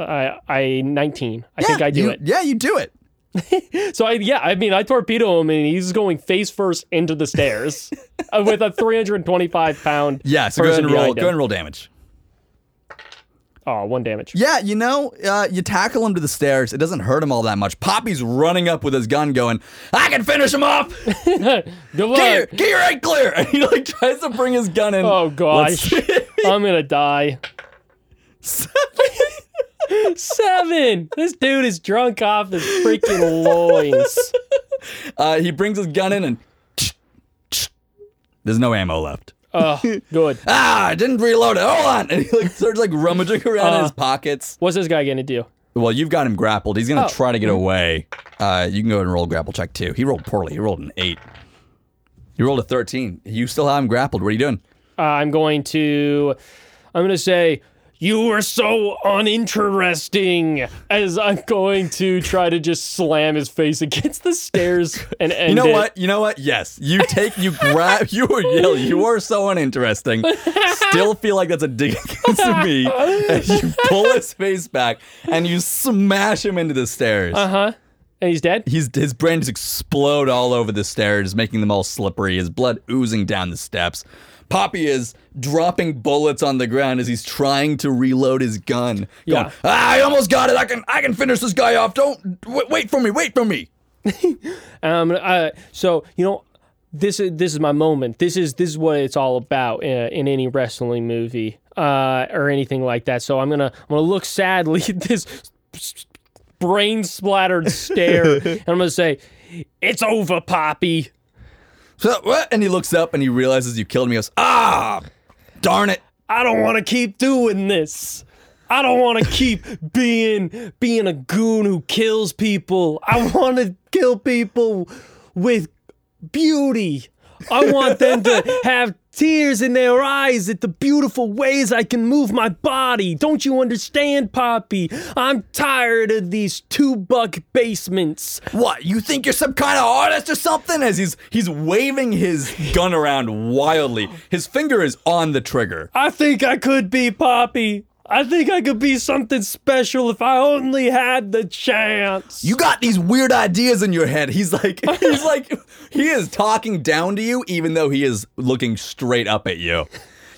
S3: I, I 19. I think I do
S2: you,
S3: it.
S2: Yeah, you do it.
S3: So I yeah, I mean I torpedo him and he's going face first into the stairs uh, with a 325 pound.
S2: Yeah, so go ahead
S3: person
S2: and roll.
S3: behind
S2: Go ahead
S3: him.
S2: and roll damage.
S3: Oh, one damage.
S2: Yeah, you know, uh, you tackle him to the stairs. It doesn't hurt him all that much. Poppy's running up with his gun, going, "I can finish him off.
S3: Good luck.
S2: Get your, get your head clear." And he like tries to bring his gun in.
S3: Oh
S2: Let's-
S3: gosh, I'm gonna die. Seven. This dude is drunk off his freaking loins.
S2: uh, he brings his gun in and there's no ammo left.
S3: Oh, good.
S2: Ah, I didn't reload it. Hold on. And he like starts like rummaging around in
S3: Uh.
S2: his pockets.
S3: What's this guy gonna do?
S2: Well, you've got him grappled. He's gonna
S3: Oh.
S2: try to get away. Uh, you can go and roll grapple check too. He rolled poorly. He rolled an eight. You rolled a thirteen. You still have him grappled. What are you doing?
S3: Uh, I'm going to. I'm gonna say you were so uninteresting. As I'm going to try to just slam his face against the stairs and end
S2: You know
S3: it.
S2: what? You know what? Yes. You take, you grab, you are yell, you are so uninteresting. Still feel like that's a dig against me. And you pull his face back and you smash him into the stairs.
S3: Uh huh. And he's dead.
S2: He's, his brain just explode all over the stairs, making them all slippery, his blood oozing down the steps. Poppy is dropping bullets on the ground as he's trying to reload his gun. Going,
S3: Yeah.
S2: ah, I almost got it. I can I can finish this guy off. Don't w- wait for me. Wait for me.
S3: Um. Uh, so you know, this is this is my moment. This is this is what it's all about in, in any wrestling movie, uh, or anything like that. So I'm gonna I'm gonna look sadly at this brain splattered stare, and I'm gonna say, "It's over, Poppy."
S2: So, what? And he looks up and he realizes you killed me. He goes, ah, darn it.
S3: I don't want to keep doing this. I don't want to keep being being a goon who kills people. I want to kill people with beauty. I want them to have tears in their eyes at the beautiful ways I can move my body. Don't you understand, Poppy? I'm tired of these two buck basements.
S2: What? You think you're some kind of artist or something? As he's he's waving his gun around wildly. His finger is on the trigger.
S3: I think I could be Poppy. I think I could be something special if I only had the chance.
S2: You got these weird ideas in your head. He's like he's like he is talking down to you even though he is looking straight up at you.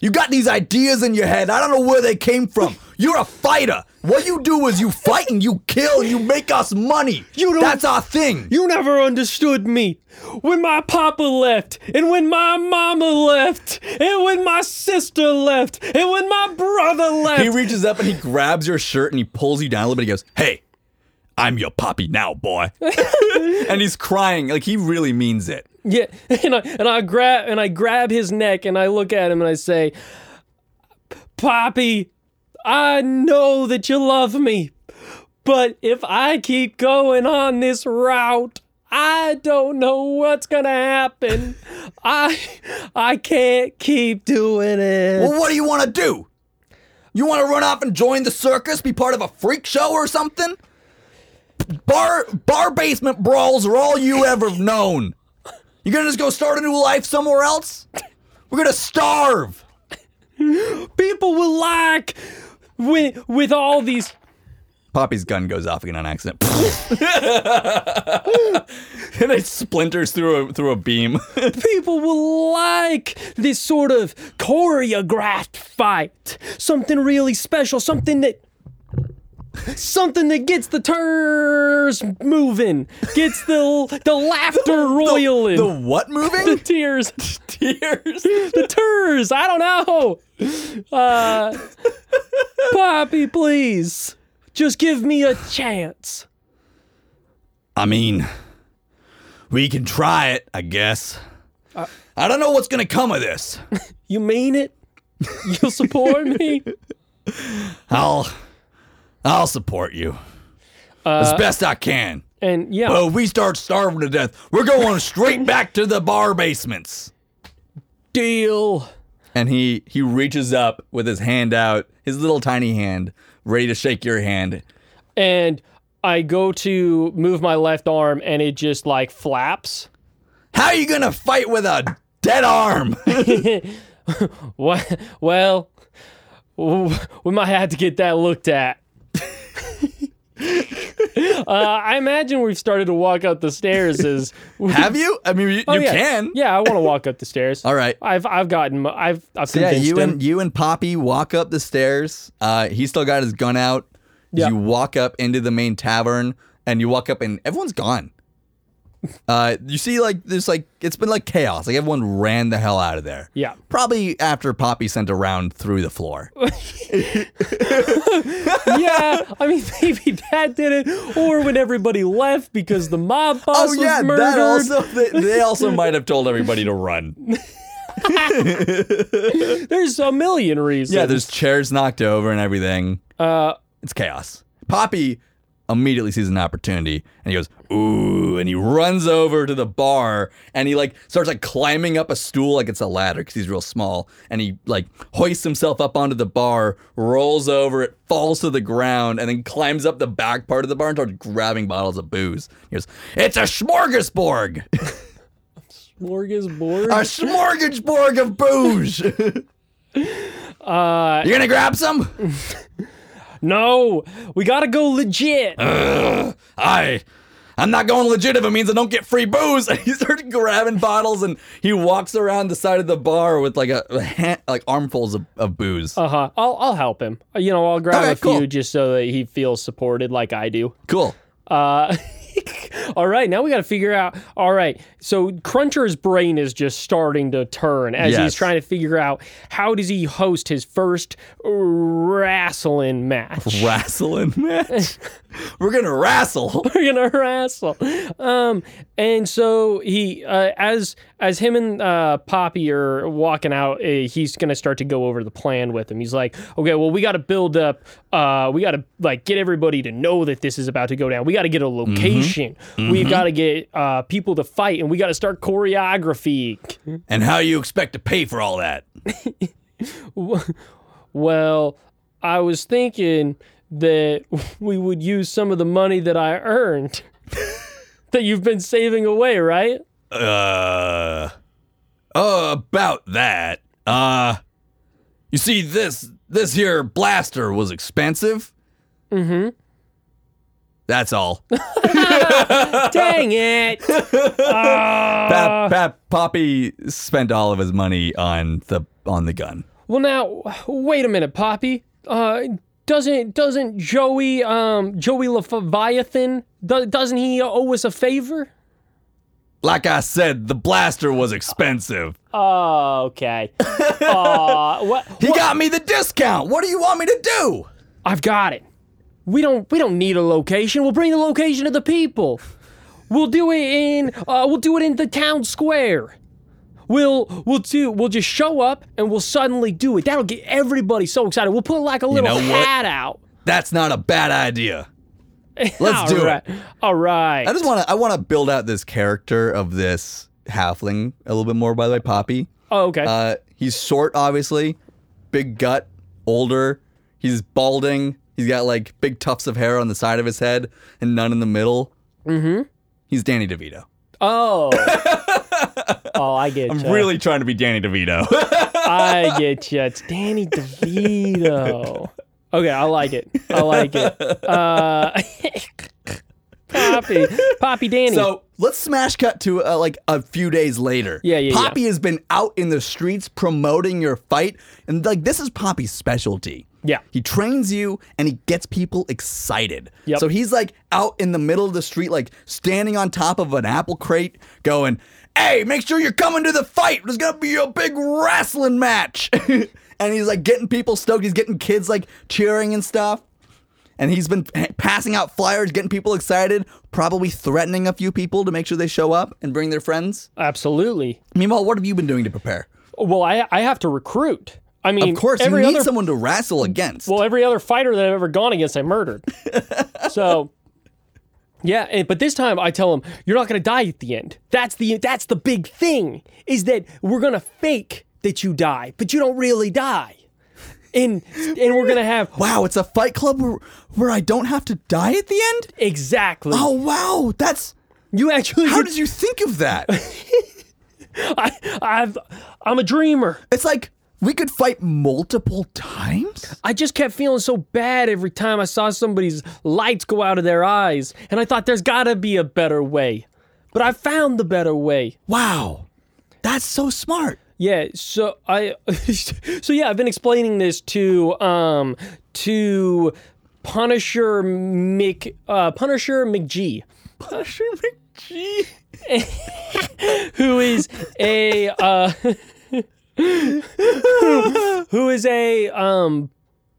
S2: You got these ideas in your head. I don't know where they came from. You're a fighter. What you do is you fight and you kill and you make us money.
S3: You don't-
S2: That's our thing.
S3: You never understood me. When my papa left, and when my mama left, and when my sister left, and when my brother left.
S2: He reaches up and he grabs your shirt and he pulls you down a little bit. He goes, "Hey, I'm your puppy now, boy." and he's crying like he really means it.
S3: yeah, and I and I grab and I grab his neck and I look at him and I say, "Poppy, I know that you love me, but if I keep going on this route, I don't know what's gonna happen. I I can't keep doing it."
S2: Well, what do you want to do? You want to run off and join the circus, be part of a freak show or something? Bar bar basement brawls are all you ever have known. You're gonna just go start a new life somewhere else? We're gonna starve.
S3: people will like with with all these
S2: Poppy's gun goes off again on accident. and it splinters through a through a beam.
S3: people will like this sort of choreographed fight something really special something that something that gets the tears moving gets the the laughter roiling
S2: The what
S3: the
S2: moving?
S3: tears
S2: Tears.
S3: the tears i don't know uh poppy please just give me a chance
S2: I mean, we can try it, I guess. I don't know what's gonna come of this.
S3: you mean it you'll support me
S2: I'll I'll support you as best I can.
S3: and yeah
S2: But if we start starving to death, we're going straight back to the bar basements.
S3: deal.
S2: And he he reaches up with his hand out, his little tiny hand, ready to shake your hand.
S3: And I go to move my left arm and it just like flaps.
S2: How are you gonna fight with a dead arm?
S3: What? Well, w- we might have to get that looked at. uh, I imagine we've started to walk up the stairs. As you
S2: Have you? I mean, you, you
S3: yeah.
S2: can.
S3: Yeah, I want to walk up the stairs.
S2: All right.
S3: I've I've gotten mo- I've I've
S2: Yeah,
S3: convinced
S2: you
S3: him.
S2: and you and Poppy walk up the stairs. Uh, he's still got his gun out.
S3: Yeah.
S2: You walk up into the main tavern, and you walk up, and everyone's gone. Uh, you see, like there's like it's been like chaos. Like everyone ran the hell out of there.
S3: Yeah.
S2: Probably after Poppy sent a round through the floor.
S3: yeah, I mean maybe that did it, or when everybody left because the mob boss
S2: oh
S3: was
S2: yeah,
S3: murdered.
S2: that also they, they also might have told everybody to run.
S3: There's a million reasons.
S2: Yeah, there's chairs knocked over and everything.
S3: Uh,
S2: It's chaos. Poppy immediately sees an opportunity and he goes, ooh, and he runs over to the bar and he like starts like climbing up a stool like it's a ladder because he's real small and he like hoists himself up onto the bar, rolls over it, falls to the ground, and then climbs up the back part of the bar and starts grabbing bottles of booze. He goes, It's a smorgasbord!
S3: smorgasbord.
S2: A smorgasbord of booze! Uh, You're gonna grab some?
S3: no, we gotta go legit.
S2: Uh. I, I'm not going legit if it means I don't get free booze. And he started grabbing bottles and he walks around the side of the bar with like a, a hand, like armfuls of, of booze.
S3: Uh huh. I'll I'll help him. Uh, You know, I'll grab
S2: Okay,
S3: a few
S2: cool.
S3: just so that he feels supported like I do.
S2: cool.
S3: Uh, all right, now we got to figure out. All right, so Cruncher's brain is just starting to turn as
S2: Yes.
S3: he's trying to figure out how does he host his first wrestling match.
S2: Wrestling match. We're gonna wrestle.
S3: We're gonna wrestle, um, and so he, uh, as as him and uh, Poppy are walking out, uh, he's gonna start to go over the plan with him. He's like, okay, well, we got to build up, uh, we got to like get everybody to know that this is about to go down. We got to get a location. We've got to get uh, people to fight, and we got to start choreography.
S2: And how you expect to pay for all that?
S3: Well, I was thinking that we would use some of the money that I earned. That you've been saving away, right?
S2: Uh, uh, about that. Uh, you see, this this here blaster was expensive. Mm-hmm. That's all.
S3: Dang it! Uh,
S2: Pap, Pap, Poppy spent all of his money on the on the gun.
S3: Well, now wait a minute, Poppy. Uh, doesn't doesn't Joey um Joey Leviathan do, doesn't he owe us a favor?
S2: Like I said, the blaster was expensive.
S3: Oh, okay. uh, what?
S2: He got me the discount. What do you want me to do?
S3: I've got it. We don't we don't need a location. We'll bring the location to the people. We'll do it in uh, we'll do it in the town square. We'll we'll do we'll just show up and we'll suddenly do it. That'll get everybody so excited. We'll put like a little
S2: know what?
S3: hat out.
S2: That's not a bad idea. Let's do it.
S3: All right.
S2: I just want to I want to build out this character of this halfling a little bit more. By the way, Poppy.
S3: Oh, okay.
S2: Uh, he's short, obviously, big gut, older. He's balding. He's got like big tufts of hair on the side of his head and none in the middle. Mm-hmm. He's Danny DeVito.
S3: oh. oh, I get you.
S2: Really trying to be Danny DeVito.
S3: I get you. It's Danny DeVito. Okay, I like it. I like it. Uh, Poppy, Poppy, Danny.
S2: so let's smash cut to uh, like a few days later.
S3: Yeah, yeah, yeah.
S2: Poppy has been out in the streets promoting your fight, and like this is Poppy's specialty.
S3: Yeah.
S2: He trains you and he gets people excited.
S3: Yep.
S2: So he's like out in the middle of the street, like standing on top of an apple crate, going, Hey, make sure you're coming to the fight. There's going to be a big wrestling match. and he's like getting people stoked. He's getting kids like cheering and stuff. And he's been h- passing out flyers, getting people excited, probably threatening a few people to make sure they show up and bring their friends.
S3: Absolutely.
S2: Meanwhile, what have you been doing to prepare?
S3: Well, I I have to recruit. I mean,
S2: Of course,
S3: every
S2: you need
S3: other
S2: someone to wrestle against.
S3: well, every other fighter that I've ever gone against, I murdered. so. Yeah, and, but this time I tell him you're not gonna die at the end. That's the that's the big thing is that we're gonna fake that you die, but you don't really die. and and we're gonna have
S2: Wow, it's a fight club where, where I don't have to die at the end?
S3: exactly.
S2: Oh, wow. That's.
S3: you actually.
S2: How did you think of that?
S3: I, I've, I'm a dreamer.
S2: It's like we could fight multiple times?
S3: I just kept feeling so bad every time I saw somebody's lights go out of their eyes, and I thought there's gotta be a better way. But I found the better way.
S2: Wow. That's so smart.
S3: Yeah, so I so yeah, I've been explaining this to um to Punisher Mc uh Punisher McG. Punisher McG who is a uh who is a um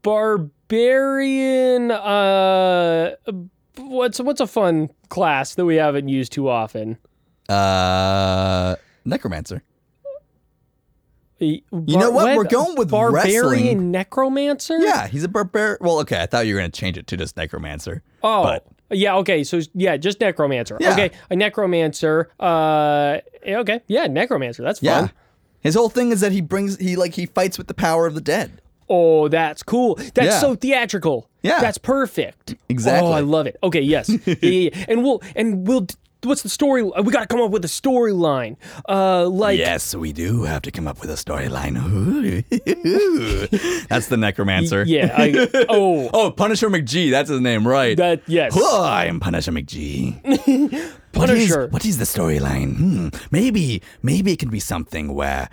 S3: barbarian uh what's what's a fun class that we haven't used too often?
S2: Uh, necromancer.
S3: You
S2: know what? We're going with
S3: barbarian
S2: wrestling.
S3: necromancer.
S2: Yeah, he's a barbarian. Well, okay, I thought you were going to change it to just necromancer.
S3: Oh.
S2: but-
S3: yeah. Okay. So yeah, just necromancer.
S2: Yeah.
S3: Okay, a necromancer. Uh, okay. Yeah, necromancer. That's
S2: Yeah.
S3: fun.
S2: His whole thing is that he brings he like he fights with the power of the dead.
S3: Oh, that's cool. That's
S2: Yeah.
S3: so theatrical.
S2: Yeah.
S3: That's perfect.
S2: Exactly.
S3: Oh, I love it. Okay. Yes. yeah, yeah, yeah. And we'll and we'll. What's the story? uh, We got to come up with a storyline. Uh, like
S2: Yes, we do have to come up with a storyline. That's the necromancer.
S3: yeah. I, oh,
S2: Oh, Punisher McGee. That's his name, right?
S3: that yes.
S2: Oh, I am Punisher McGee. What is-
S3: Punisher.
S2: What is, the storyline? Hmm. Maybe, maybe it can be something where,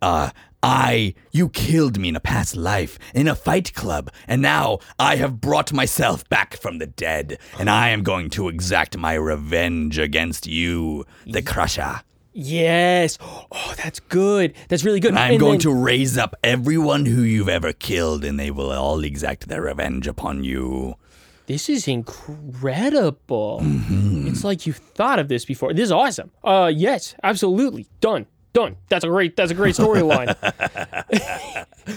S2: uh, I you killed me in a past life in a fight club, and now I have brought myself back from the dead, and I am going to exact my revenge against you, the Crusher.
S3: Yes. Oh, that's good. That's really good.
S2: I'm
S3: And
S2: going
S3: then-
S2: to raise up everyone who you've ever killed, and they will all exact their revenge upon you.
S3: This is incredible.
S2: Mm-hmm.
S3: It's like you've thought of this before. This is awesome. Uh yes, absolutely. Done. Done. That's a great that's a great storyline.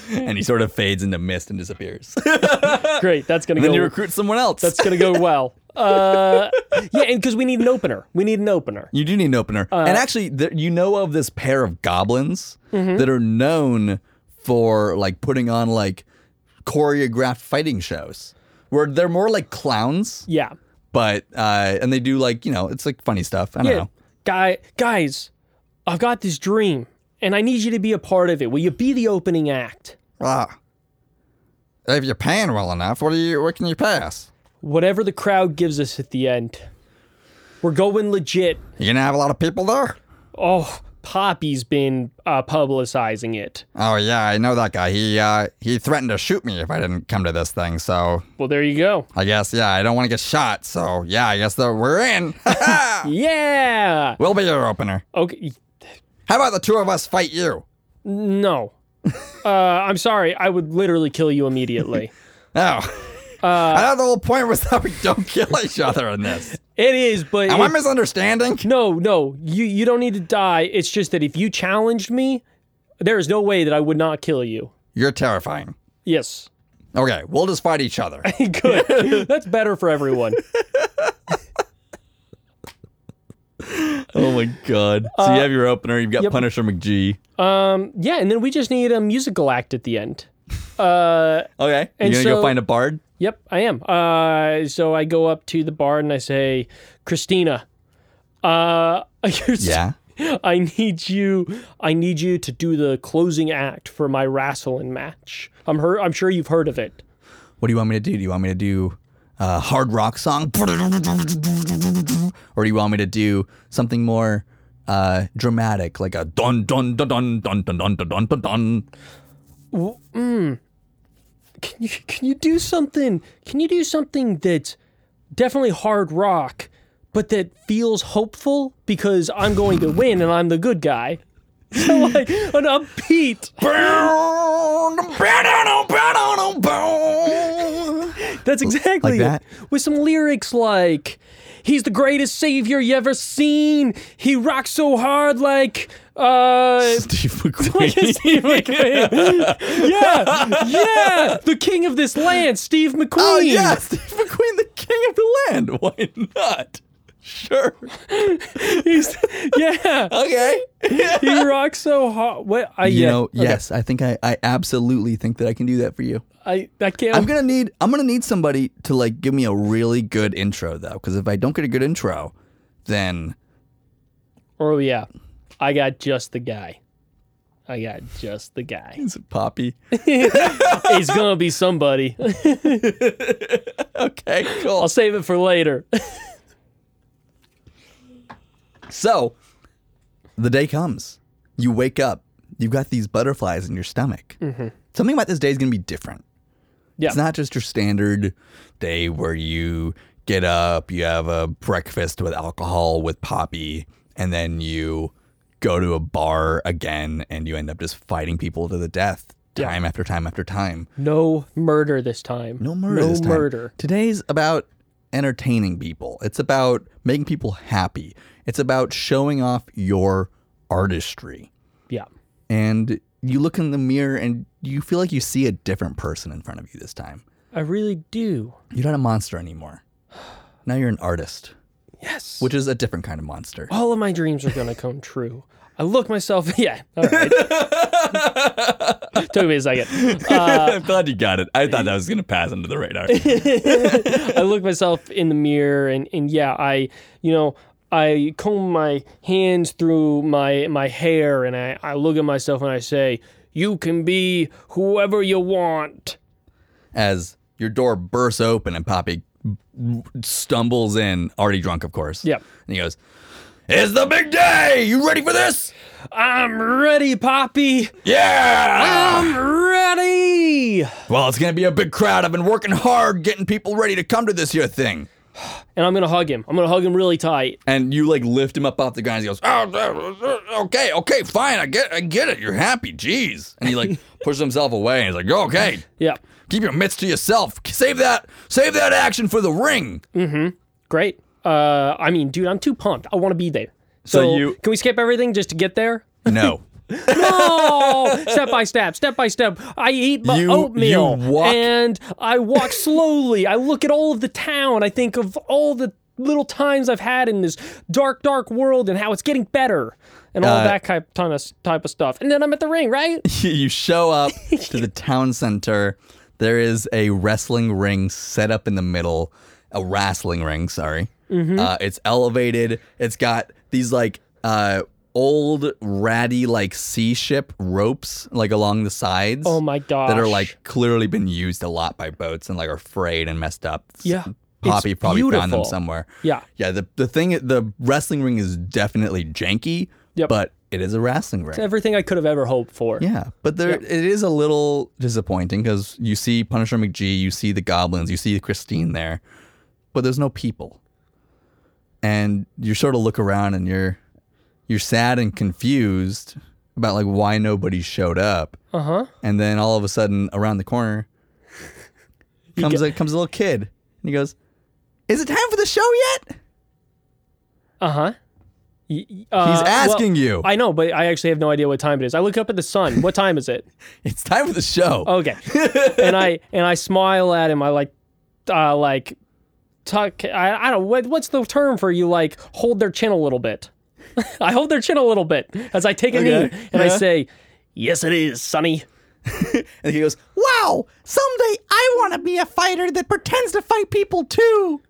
S2: And he sort of fades into mist and disappears.
S3: great. That's going to
S2: then
S3: go
S2: you recruit someone else.
S3: That's going to go well. Uh yeah, and cuz we need an opener. We need an opener.
S2: You do need an opener.
S3: Uh,
S2: and actually, th- you know of this pair of goblins
S3: Mm-hmm.
S2: that are known for like putting on like choreographed fighting shows where they're more like clowns,
S3: Yeah.
S2: but uh, and they do like you know it's like funny stuff. I don't
S3: Yeah.
S2: know.
S3: Guy guys, I've got this dream and I need you to be a part of it. Will you be the opening act?
S2: Ah. If you're paying well enough, what do you what can you pass?
S3: Whatever the crowd gives us at the end. We're going legit.
S2: You gonna have a lot of people there?
S3: Oh, Poppy's been uh, publicizing it.
S2: Oh yeah, I know that guy. He uh, he threatened to shoot me if I didn't come to this thing. So
S3: Well, there you go.
S2: I guess yeah, I don't want to get shot. So yeah, I guess that we're in.
S3: Yeah.
S2: we'll be your opener.
S3: Okay.
S2: How about the two of us fight you?
S3: No. Uh, I'm sorry. I would literally kill you immediately.
S2: Oh.
S3: Uh,
S2: I thought the whole point was that we don't kill each other in this.
S3: it is, but
S2: Am I
S3: it-
S2: misunderstanding?
S3: no, no. You you don't need to die. It's just that if you challenged me, there is no way that I would not kill you.
S2: You're terrifying.
S3: Yes.
S2: Okay, we'll just fight each other.
S3: Good. That's better for everyone.
S2: oh my god. So
S3: Uh,
S2: you have your opener, you've got Punisher McGee.
S3: Um. Yeah, and then we just need a musical act at the end. Uh.
S2: Okay. You're
S3: And
S2: gonna
S3: so-
S2: go find a bard?
S3: Yep, I am. Uh, so I go up to the bar and I say, Christina, uh, I need you. I need you to do the closing act for my wrestling match. I'm her. I'm sure you've heard of it.
S2: What do you want me to do? Do you want me to do a hard rock song? Or do you want me to do something more uh, dramatic, like a dun dun dun dun dun dun dun dun dun dun dun?
S3: Can you can you do something? Can you do something that's definitely hard rock, but that feels hopeful because I'm going to win and I'm the good guy. So like an upbeat. That's exactly it.
S2: that?
S3: With some lyrics like, "He's the greatest savior you ever seen. He rocks so hard like." Uh,
S2: Steve
S3: like
S2: McQueen.
S3: a Steve McQueen. yeah, yeah, the king of Oh, this land, Steve McQueen.
S2: Oh yeah, Steve McQueen, the king of the land. Why not? Sure.
S3: He's, yeah.
S2: Okay.
S3: He rocks so hard. What? I,
S2: You
S3: yeah.
S2: know,
S3: Okay.
S2: yes, I think I, I absolutely think that I can do that for you.
S3: I, I can't.
S2: I'm gonna need I'm gonna need somebody to like give me a really good intro though, because if I don't get a good intro, then
S3: oh, yeah. I got just the guy. I got just the guy.
S2: it's Poppy.
S3: He's going to be somebody.
S2: okay,
S3: I'll
S2: cool.
S3: save it for later.
S2: So the day comes. You wake up. You've got these butterflies in your stomach. Something about this day is gonna be different.
S3: Mm-hmm. Yeah.
S2: It's not just your standard day where you get up, you have a breakfast with alcohol with Poppy, and then you go to a bar again and you end up just fighting people to the death
S3: Yeah.
S2: time after time after time.
S3: No murder this time.
S2: No murder.
S3: No
S2: this time.
S3: murder.
S2: Today's about entertaining people. It's about making people happy. It's about showing off your artistry.
S3: Yeah.
S2: And you look in the mirror and you feel like you see a different person in front of you this time.
S3: I really do.
S2: You're not a monster anymore. Now you're an artist,
S3: Yes.
S2: which is a different kind of monster.
S3: all of my dreams are gonna come true. I look myself. Yeah. All right. Took me a second.
S2: I'm glad you got it. I thought that was going to pass under the radar.
S3: I look myself in the mirror, and and yeah, I you know. I comb my hands through my my hair and I, I look at myself and I say, You can be whoever you want.
S2: As your door bursts open and Poppy stumbles in, already drunk, of course.
S3: Yep.
S2: And he goes, It's the big day! You ready for this?
S3: I'm ready, Poppy.
S2: Yeah!
S3: I'm ready.
S2: Well, it's gonna be a big crowd. I've been working hard getting people ready to come to this here thing.
S3: And I'm gonna hug him. I'm gonna hug him really tight.
S2: And you like lift him up off the ground. He goes, oh, oh, oh, okay, okay, fine. I get, I get it. You're happy. Jeez. And he like pushes himself away. And he's like, okay,
S3: Yeah.
S2: keep your mitts to yourself. Save that, save that action for the ring.
S3: Great. Uh, I mean, dude, I'm too pumped. I want to be there. So,
S2: you-
S3: can we skip everything just to get there?
S2: No.
S3: No, step by step, step by step. I eat my
S2: You-
S3: oatmeal
S2: you walk-
S3: and I walk slowly. I look at all of the town. I think of all the little times I've had in this dark, dark world and how it's getting better and
S2: Uh,
S3: all that type ton of type of stuff. And then I'm at the ring, right?
S2: you show up to the town center. There is a wrestling ring set up in the middle, a wrestling ring. Sorry,
S3: Mm-hmm.
S2: uh, it's elevated. It's got these like uh, old ratty like sea ship ropes like along the sides.
S3: Oh my gosh.
S2: That are like clearly been used a lot by boats and like are frayed and messed up.
S3: Yeah, it's
S2: Poppy probably found them
S3: beautiful.
S2: somewhere.
S3: Yeah.
S2: yeah. The the thing, the wrestling ring is definitely janky,
S3: Yep.
S2: but it is a wrestling ring.
S3: everything I could have ever hoped for.
S2: Yeah, but there it is a little disappointing because you see Punisher McGee, you see the goblins, you see Christine there, but there's no people, and you sort of look around and you're you're sad and confused about like why nobody showed up,
S3: Uh huh.
S2: and then all of a sudden around the corner comes a, comes a little kid and he goes, "Is it time for the show yet?"
S3: Uh huh. He's uh,
S2: asking you.
S3: I know, but I actually have no idea what time it is. I look up at the sun. What time is it?
S2: It's time for the show.
S3: Okay. and I and I smile at him. I like, uh, like, tuck. I, I don't. What, what's the term for you? Like, hold their chin a little bit. I hold their chin a little bit as I take a knee
S2: Okay,
S3: and I
S2: yeah.
S3: say, "Yes, it is, Sonny."
S2: And he goes, Wow, someday I want to be a fighter that pretends to fight people too.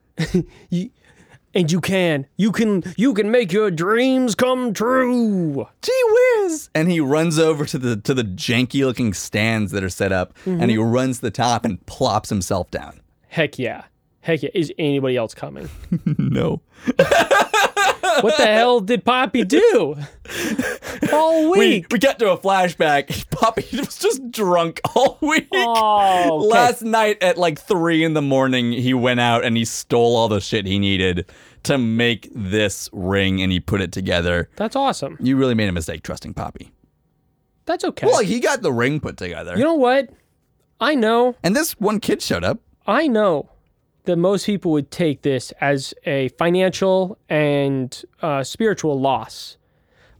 S3: And you can, you can, you can make your dreams come true.
S2: Gee whiz. And he runs over to the to the janky looking stands that are set up and
S3: Mm-hmm.
S2: he runs to the top and plops himself down.
S3: Heck yeah, heck yeah. Is anybody else coming?
S2: No.
S3: what the hell did Poppy do all
S2: We,
S3: week?
S2: we got to a flashback. Poppy was just drunk all week.
S3: Oh, okay.
S2: Last night at like three in the morning, he went out and he stole all the shit he needed to make this ring and he put it together.
S3: that's awesome.
S2: You really made a mistake trusting Poppy.
S3: That's okay.
S2: Well, he got the ring put together.
S3: you know what? I know
S2: And this one kid showed up.
S3: I know that most people would take this as a financial and uh, spiritual loss,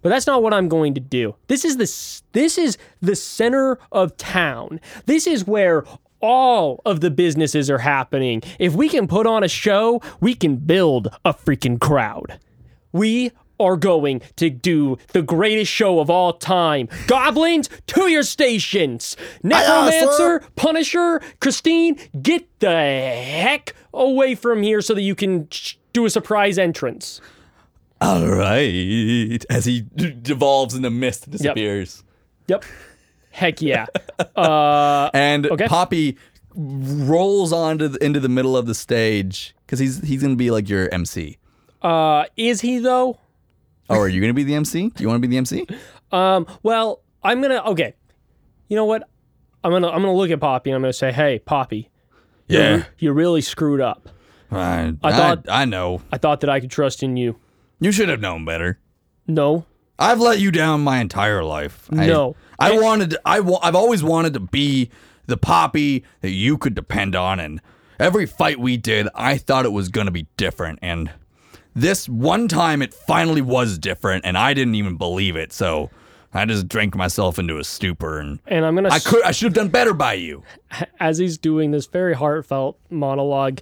S3: but that's not what I'm going to do. This is the s- this is the center of town. This is where all of the businesses are happening. If we can put on a show, we can build a freaking crowd. We are going to do the greatest show of all time. Goblins, to your stations. Necromancer, Punisher, Christine, get the heck away from here so that you can sh- do a surprise entrance.
S2: All right. As he d- devolves in the mist and disappears.
S3: Yep. Heck yeah.
S2: And
S3: okay.
S2: Poppy rolls onto the, into the middle of the stage because he's he's gonna be like your MC.
S3: Uh, is he though?
S2: Oh, are you gonna be the MC? Do you want to be the MC?
S3: Um, well, I'm gonna okay. You know what? I'm gonna I'm gonna look at Poppy and I'm gonna say, hey, Poppy,
S2: Yeah.
S3: you really screwed up.
S2: I, I,
S3: thought-
S2: I know.
S3: I thought that I could trust in you.
S2: You should have known better.
S3: No,
S2: I've let you down my entire life. I-
S3: No.
S2: I, wanted. To, I wa- I've always wanted to be the poppy that you could depend on, and every fight we did, I thought it was gonna be different, and this one time it finally was different, and I didn't even believe it. So I just drank myself into a stupor, and
S3: and I'm gonna
S2: I could. I should have done better by you.
S3: as he's doing this very heartfelt monologue,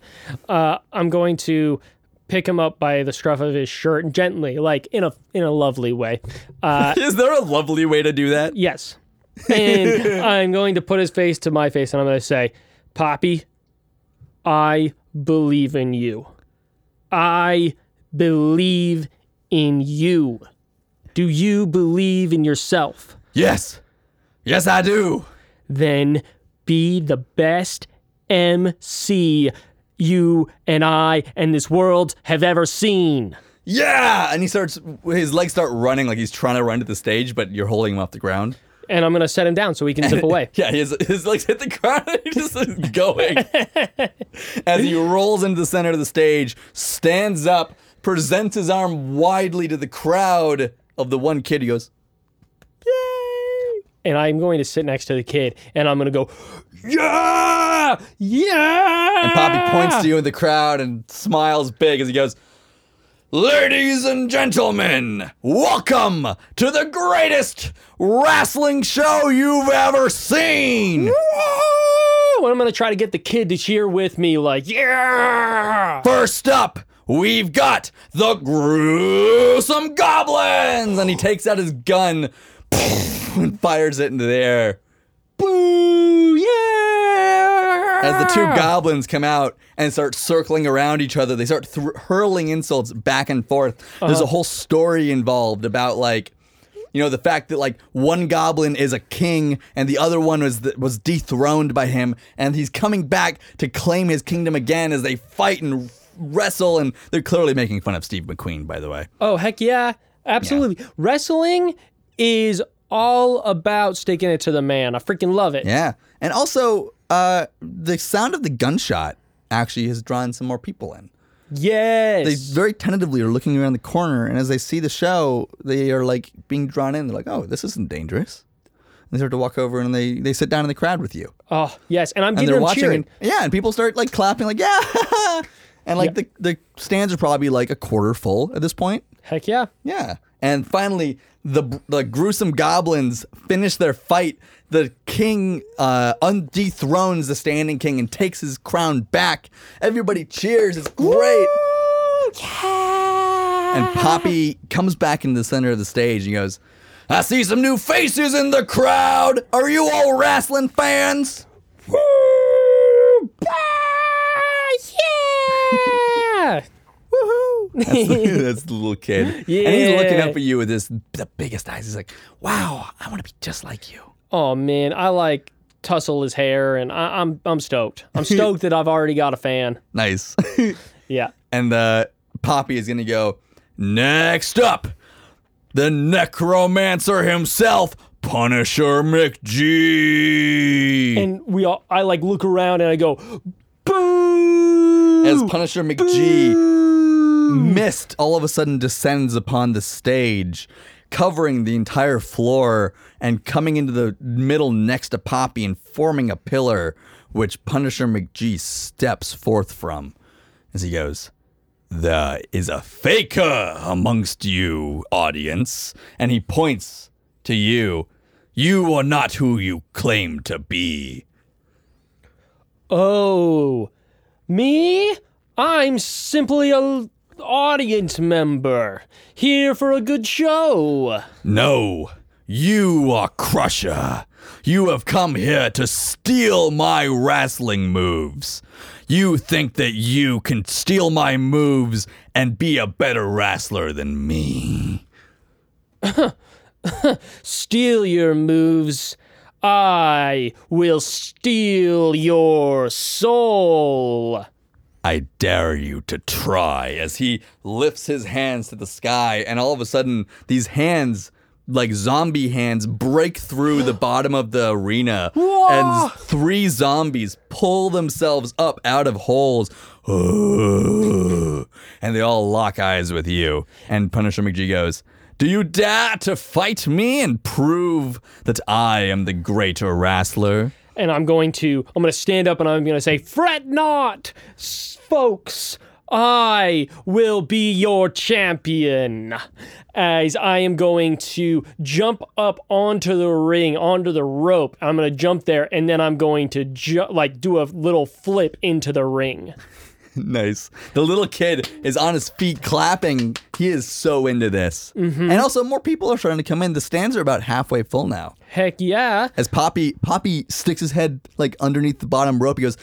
S3: uh, I'm going to pick him up by the scruff of his shirt and gently, like in a in a lovely way. Uh,
S2: Is there a lovely way to do that?
S3: yes, and I'm going to put his face to my face, and I'm going to say, "Poppy, I believe in you. I believe in you. Do you believe in yourself?
S2: Yes, yes, I do.
S3: Then be the best MC." You and I and this world have ever seen.
S2: Yeah, and he starts. His legs start running like he's trying to run to the stage, but you're holding him off the ground.
S3: And I'm gonna set him down so he can zip away.
S2: Yeah, his, his legs hit the ground and he just is going. As he rolls into the center of the stage, stands up, presents his arm widely to the crowd of the one kid. He goes,
S3: and I'm going to sit next to the kid and I'm going to go, yeah, yeah.
S2: and Poppy points to you in the crowd and smiles big as he goes, Ladies and gentlemen, welcome to the greatest wrestling show you've ever seen.
S3: Oh, and I'm going to try to get the kid to cheer with me, like, yeah.
S2: First up, we've got the gruesome goblins, and he takes out his gun and fires it into the air.
S3: Boo, yeah.
S2: As the two goblins come out and start circling around each other, they start thr hurling insults back and forth. There's a whole story involved about like, you know, the fact that like one goblin is a king and the other one was th- was dethroned by him, and he's coming back to claim his kingdom again as they fight and wrestle. And they're clearly making fun of Steve McQueen, by the way.
S3: Oh, heck yeah. Absolutely. Wrestling is all about sticking it to the man. I freaking love it.
S2: Yeah, and also uh, the sound of the gunshot actually has drawn some more people in.
S3: Yes.
S2: they very tentatively are looking around the corner, and as they see the show, they are like being drawn in. They're like, "Oh, this isn't dangerous." And they start to walk over, and they they sit down in the crowd with you,
S3: oh, yes. And I'm
S2: and
S3: getting
S2: they're
S3: them
S2: watching.
S3: cheering.
S2: And, yeah, and people start like clapping, like yeah, and like the the stands are probably like a quarter full at this point.
S3: Heck yeah.
S2: Yeah. And finally, the the gruesome goblins finish their fight. The king uh, undethrones the standing king and takes his crown back. Everybody cheers. It's great. And Poppy comes back into the center of the stage and goes, I see some new faces in the crowd. Are you all wrestling fans?
S3: yeah. Woohoo.
S2: That's, that's the little kid. And he's looking
S3: Yeah.
S2: up at you with his the biggest eyes. He's like, wow, I want to be just like you.
S3: Oh man, I like tussle his hair, and I, I'm I'm stoked. I'm stoked that I've already got a fan.
S2: Nice.
S3: Yeah.
S2: and uh, Poppy is gonna go next up. The necromancer himself, Punisher McGee.
S3: And we all, I like look around and I go, boo.
S2: As Punisher McGee mist all of a sudden descends upon the stage, covering the entire floor and coming into the middle next to Poppy and forming a pillar, which Punisher McGee steps forth from as he goes. There is a faker amongst you, audience. And he points to you. You are not who you claim to be.
S3: Oh, me? I'm simply a l- audience member here for a good show.
S1: No, you are Crusher. You have come here to steal my wrestling moves. You think that you can steal my moves and be a better wrestler than me.
S3: Steal your moves. I will steal your soul.
S1: I dare you to
S2: try as he lifts his hands to the sky and all of a sudden these hands like zombie hands break through the bottom of the arena and three zombies pull themselves up out of holes and they all lock eyes with you and punisher mcgee goes do you dare to fight me and prove that i am the greater wrestler
S3: and I'm going to I'm going to stand up and I'm going to say, "Fret not, s- folks. I will be your champion." As I am going to jump up onto the ring, onto the rope. I'm going to jump there and then I'm going to ju- like do a little flip into the ring.
S2: Nice. The little kid is on his feet clapping. He is so into this.
S3: Mm-hmm.
S2: And also, more people are starting to come in. The stands are about halfway full now.
S3: Heck yeah.
S2: As Poppy Poppy sticks his head like underneath the bottom rope, he goes,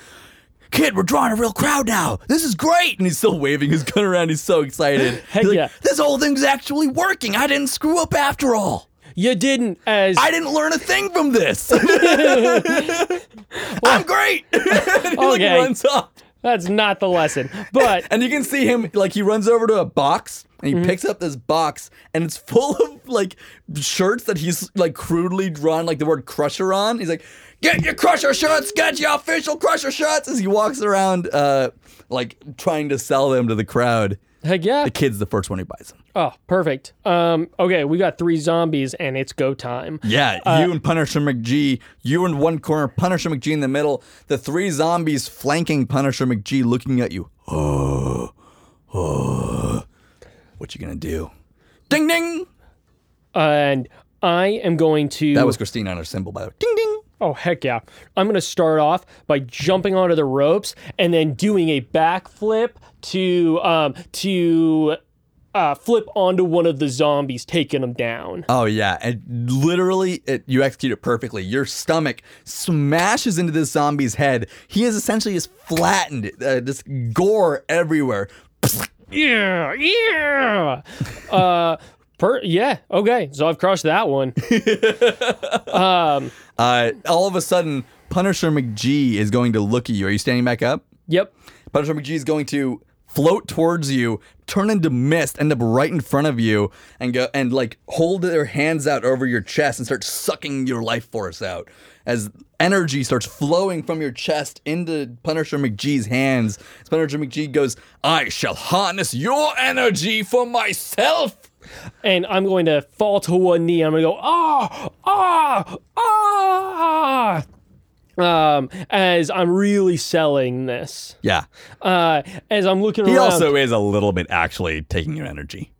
S2: "Kid, we're drawing a real crowd now. This is great!" And he's still waving his gun around. He's so excited.
S3: Heck
S2: He's like,
S3: yeah.
S2: This whole thing's actually working. I didn't screw up after all.
S3: You didn't as
S2: I didn't learn a thing from this. I'm great. And he like
S3: Okay.
S2: runs off.
S3: that's not the lesson. But
S2: And you can see him like he runs over to a box and he picks up this box and it's full of like shirts that he's like crudely drawn like the word crusher on. He's like, "Get your crusher shirts, get your official crusher shirts." As he walks around uh like trying to sell them to the crowd.
S3: heck yeah.
S2: The kid's the first one who buys them.
S3: Oh, perfect. Um okay, we got 3 zombies and it's go time.
S2: Yeah, you and Punisher McGee, you in one corner, Punisher McGee in the middle, the three zombies flanking Punisher McGee looking at you. Oh. Oh. What you going to do? Ding ding.
S3: and I am going to.
S2: That was Christine on her cymbal, by the way. Ding ding.
S3: oh heck yeah! I'm going to start off by jumping onto the ropes and then doing a backflip to um to uh, flip onto one of the zombies, taking them down.
S2: Oh yeah, and literally, it, you execute it perfectly. Your stomach smashes into this zombie's head. He is essentially just flattened. Uh, just gore everywhere.
S3: Yeah, yeah. uh, per yeah. Okay, so I've crushed that one.
S2: Uh, all of a sudden, Punisher McGee is going to look at you. Are you standing back up?
S3: yep.
S2: Punisher McGee is going to float towards you, turn into mist, end up right in front of you, and go and like hold their hands out over your chest and start sucking your life force out as energy starts flowing from your chest into Punisher McGee's hands. As Punisher McGee goes,
S1: I shall harness your energy for myself.
S3: And I'm going to fall to one knee. I'm going to go ah ah ah. Um, as I'm really selling this.
S2: yeah.
S3: uh, as I'm looking
S2: He
S3: around.
S2: also is a little bit actually taking your energy.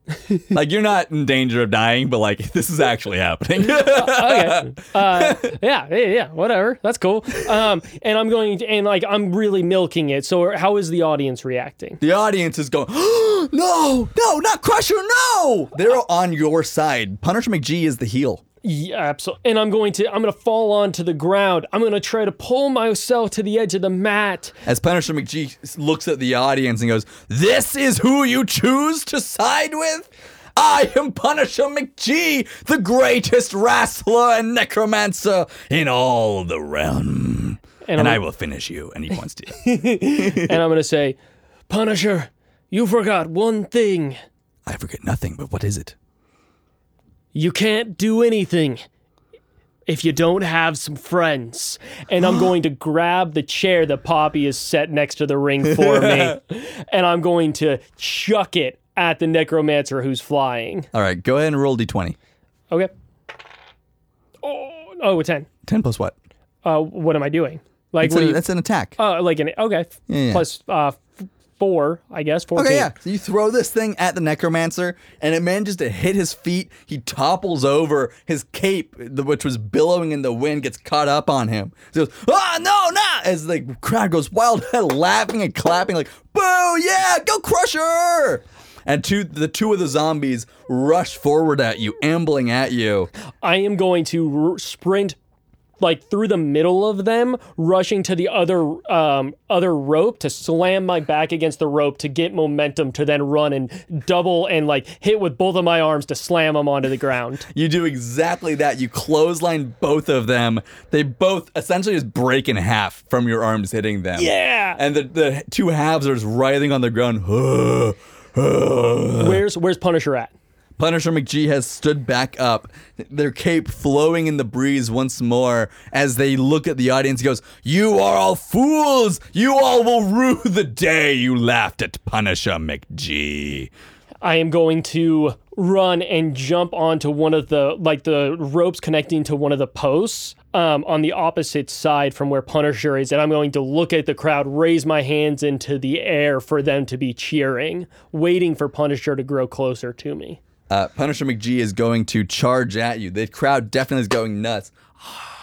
S2: like you're not in danger of dying, but like this is actually happening.
S3: okay. Uh, yeah, yeah, yeah, whatever. That's cool. Um, and I'm going to, and like I'm really milking it. So how is the audience reacting?
S2: The audience is going, no, no, not Crusher, no! They're on your side. Punisher McGee is the heel.
S3: Yeah, absolutely. And I'm going to, I'm going to fall onto the ground. I'm going to try to pull myself to the edge of the mat.
S2: As Punisher McGee s- looks at the audience and goes, This is who you choose to side with? I am Punisher McGee, the greatest wrestler and necromancer in all the realm.
S3: And,
S2: And I
S3: I'm,
S2: will finish you. And he points to you.
S3: and I'm going to say, Punisher, you forgot one thing.
S2: I forget nothing, but what is it?
S3: You can't do anything if you don't have some friends. And I'm going to grab the chair that Poppy has set next to the ring for me, and I'm going to chuck it at the necromancer who's flying.
S2: All right, go ahead and roll d20.
S3: Okay. Oh, oh, a ten.
S2: 10 plus what?
S3: Uh, what am I doing? Like,
S2: That's
S3: what
S2: an,
S3: do you?
S2: that's an attack.
S3: Uh, like an okay
S2: Yeah, yeah.
S3: plus uh f- four, I guess. Fourteen.
S2: Okay, yeah. So you throw this thing at the necromancer, and it manages to hit his feet. He topples over. His cape, the- which was billowing in the wind, gets caught up on him. So he goes, "Ah, no, nah! as the crowd goes wild, laughing and clapping, like "Boo! Yeah, go crush her!" And two, the two of the zombies rush forward at you, ambling at you.
S3: I am going to r- sprint like through the middle of them, rushing to the other um, other rope to slam my back against the rope to get momentum to then run and double and like hit with both of my arms to slam them onto the ground.
S2: You do exactly that. You clothesline both of them. They both essentially just break in half from your arms hitting them.
S3: Yeah.
S2: And the, the two halves are just writhing on the ground.
S3: Where's where's Punisher at?
S2: Punisher McGee has stood back up, their cape flowing in the breeze once more as they look at the audience. He goes, You are all fools! You all will rue the day you laughed at Punisher McGee.
S3: I am going to run and jump onto one of the like the ropes connecting to one of the posts um, on the opposite side from where Punisher is, and I'm going to look at the crowd, raise my hands into the air for them to be cheering, waiting for Punisher to grow closer to me.
S2: Uh, Punisher McGee is going to charge at you. The crowd definitely is going nuts. Ah,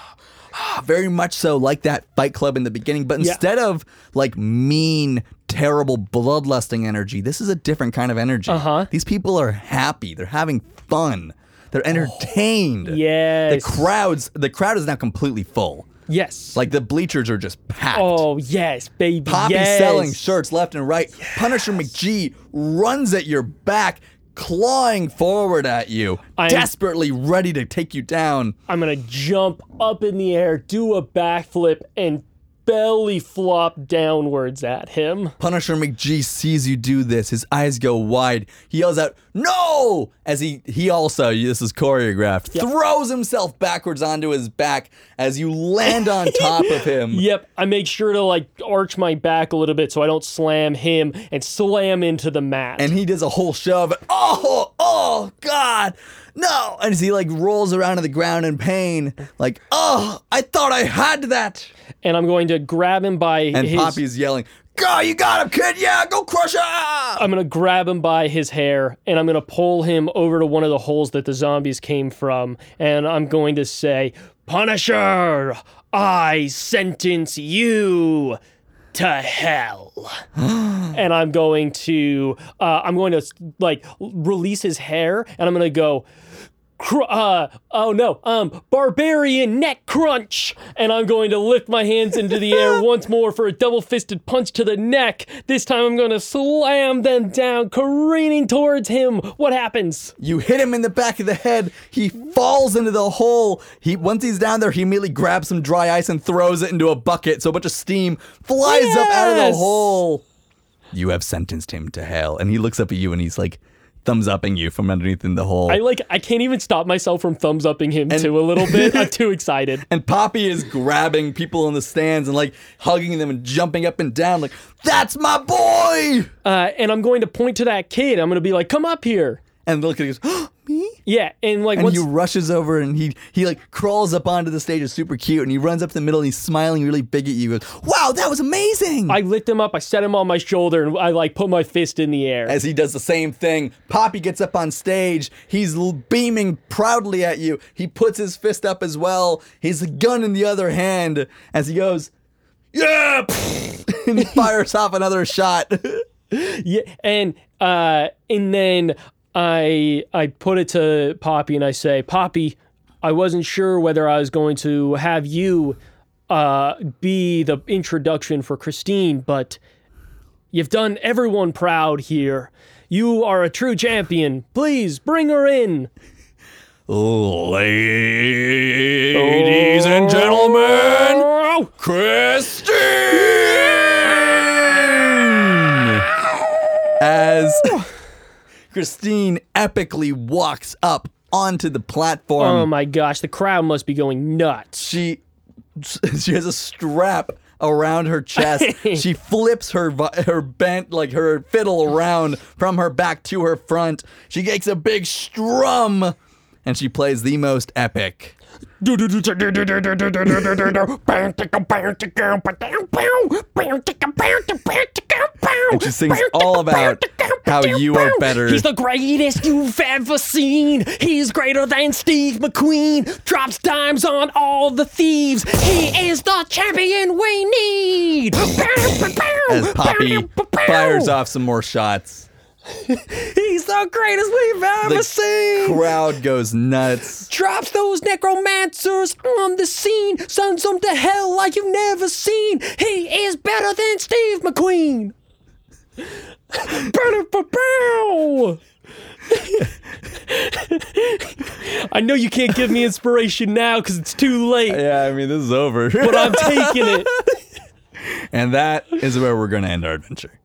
S2: Very much so, like that Fight Club in the beginning. But instead of like mean, terrible, bloodlusting energy, this is a different kind of energy. Uh-huh. These people are happy. They're having fun. They're entertained. The
S3: Oh, Yes.
S2: crowds. The crowd is now completely full.
S3: Yes.
S2: Like the bleachers are just packed.
S3: oh yes, baby.
S2: Poppy
S3: yes.
S2: selling shirts left and right. Punisher McGee runs at your back, clawing forward at you,
S3: I'm-
S2: desperately ready to take you down.
S3: I'm gonna jump up in the air, do a backflip, and belly flop downwards at him.
S2: Punisher McGee sees you do this. His eyes go wide. He yells out, "No!" As he he also this is choreographed. Throws himself backwards onto his back as you land on top of him.
S3: Yep, I make sure to like arch my back a little bit so I don't slam him and slam into the mat.
S2: and he does a whole shove. Oh, oh, God, no! And as he like rolls around on the ground in pain, like, oh, I thought I had that.
S3: And I'm going to grab him by
S2: And
S3: his
S2: Poppy's yelling, "Go, you got him, kid! Yeah, go crush him!"
S3: I'm going to grab him by his hair and I'm going to pull him over to one of the holes that the zombies came from and I'm going to say, "Punisher, I sentence you to hell." and I'm going to uh, I'm going to like release his hair and I'm going to go cr- uh, oh no, um, barbarian neck crunch. And I'm going to lift my hands into the air once more for a double fisted punch to the neck. This time I'm going to slam them down, careening towards him. What happens?
S2: You hit him in the back of the head. He falls into the hole. He once he's down there, he immediately grabs some dry ice and throws it into a bucket. So a bunch of steam flies up out of the
S3: Yes!
S2: hole. You have sentenced him to hell, and he looks up at you and he's like, thumbs upping you from underneath in the hole.
S3: I like I can't even stop myself from thumbs upping him too a little bit. I'm too excited.
S2: And Poppy is grabbing people in the stands and like hugging them and jumping up and down, like, that's my boy!
S3: Uh, and I'm going to point to that kid. I'm going to be like, "Come up here."
S2: And look at goes, oh, me?
S3: Yeah, and like
S2: And
S3: once
S2: he rushes over and he he like crawls up onto the stage, it's super cute, and he runs up the middle and he's smiling really big at you. He goes, Wow, that was amazing!
S3: I lift him up, I set him on my shoulder, and I like put my fist in the air.
S2: as he does the same thing, Poppy gets up on stage. He's l- beaming proudly at you. He puts his fist up as well. He's a gun in the other hand as he goes, Yeah! and he fires off another shot.
S3: Yeah, and uh, and then I I put it to Poppy and I say, Poppy, I wasn't sure whether I was going to have you uh, be the introduction for Christine, but you've done everyone proud here. You are a true champion. Please bring her in.
S1: Ladies and gentlemen,
S3: Oh,
S1: Christine!
S2: as Christine epically walks up onto the platform.
S3: oh my gosh, the crowd must be going nuts.
S2: she she has a strap around her chest. she flips her vi- her bent like her fiddle around from her back to her front. She takes a big strum and she plays the most epic.
S3: And
S2: she sings all about how you are better.
S3: He's the greatest you've ever seen. He's greater than Steve McQueen. Drops dimes on all the thieves. He is the champion we need.
S2: As Poppy fires off some more shots,
S3: He's the greatest we've ever
S2: The
S3: seen.
S2: crowd goes nuts.
S3: Drops those necromancers on the scene. Sends them to hell like you've never seen. He is better than Steve McQueen. Ba-da-ba-bow. I know you can't give me inspiration now because it's too late,
S2: Yeah, I mean this is over.
S3: but I'm taking it.
S2: and that is where we're gonna end our adventure.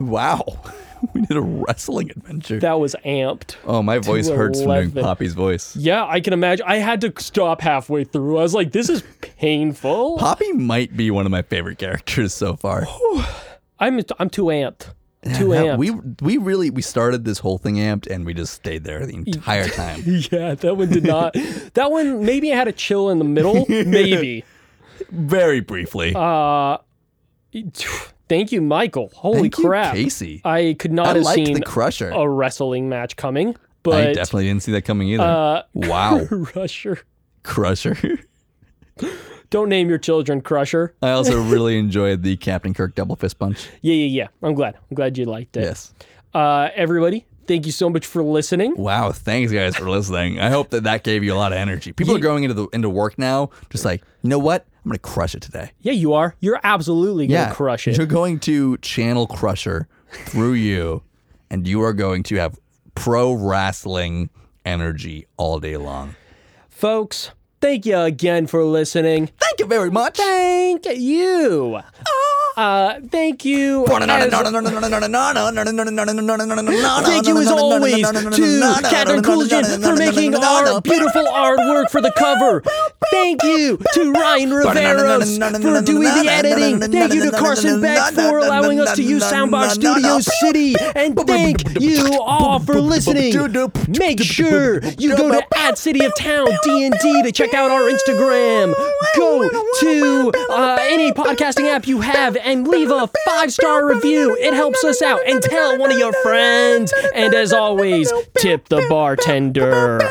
S2: Wow. We did a wrestling adventure.
S3: That was amped.
S2: Oh, my voice hurts from doing
S3: 11.
S2: Poppy's voice.
S3: Yeah, I can imagine. I had to stop halfway through. I was like, this is painful.
S2: Poppy might be one of my favorite characters so far.
S3: I'm I'm too amped. Too
S2: Yeah,
S3: amped.
S2: we we really we started this whole thing amped and we just stayed there the entire time.
S3: Yeah, that one did not. that one maybe I had a chill in the middle. Maybe.
S2: Very briefly.
S3: Uh, Thank you, Michael. Holy
S2: Thank you,
S3: crap,
S2: Casey.
S3: I could not
S2: I
S3: have
S2: liked
S3: seen
S2: the crusher.
S3: a wrestling match coming,
S2: I
S3: but
S2: definitely didn't see that coming either.
S3: Uh,
S2: wow.
S3: Crusher.
S2: crusher.
S3: Don't name your children Crusher.
S2: I also really enjoyed the Captain Kirk double fist punch.
S3: Yeah, yeah, yeah. I'm glad. I'm glad you liked it.
S2: Yes.
S3: Uh, everybody, thank you so much for listening.
S2: Wow, thanks guys for listening. I hope that that gave you a lot of energy. People are going into the into work now, just like you know what? I'm gonna crush it today.
S3: Yeah, you are. You're absolutely gonna crush it.
S2: You're going to channel Crusher through you, and you are going to have pro wrestling energy all day long.
S3: Folks, thank you again for listening.
S2: Thank you very much.
S3: Thank you. Uh, thank you. as-
S2: Thank
S3: Thank you as always to Catherine Coolgen for making our beautiful artwork for the cover. Thank you to Ryan Riveros for doing the editing. Thank you to Carson Beck for allowing us to use Soundbox Studio City. And thank you all for listening. Make sure you go to at City of Town D&D to check out our Instagram. Go to uh, any podcasting app you have and leave a five-star review. It helps us out. And tell one of your friends. And as always, tip the bartender.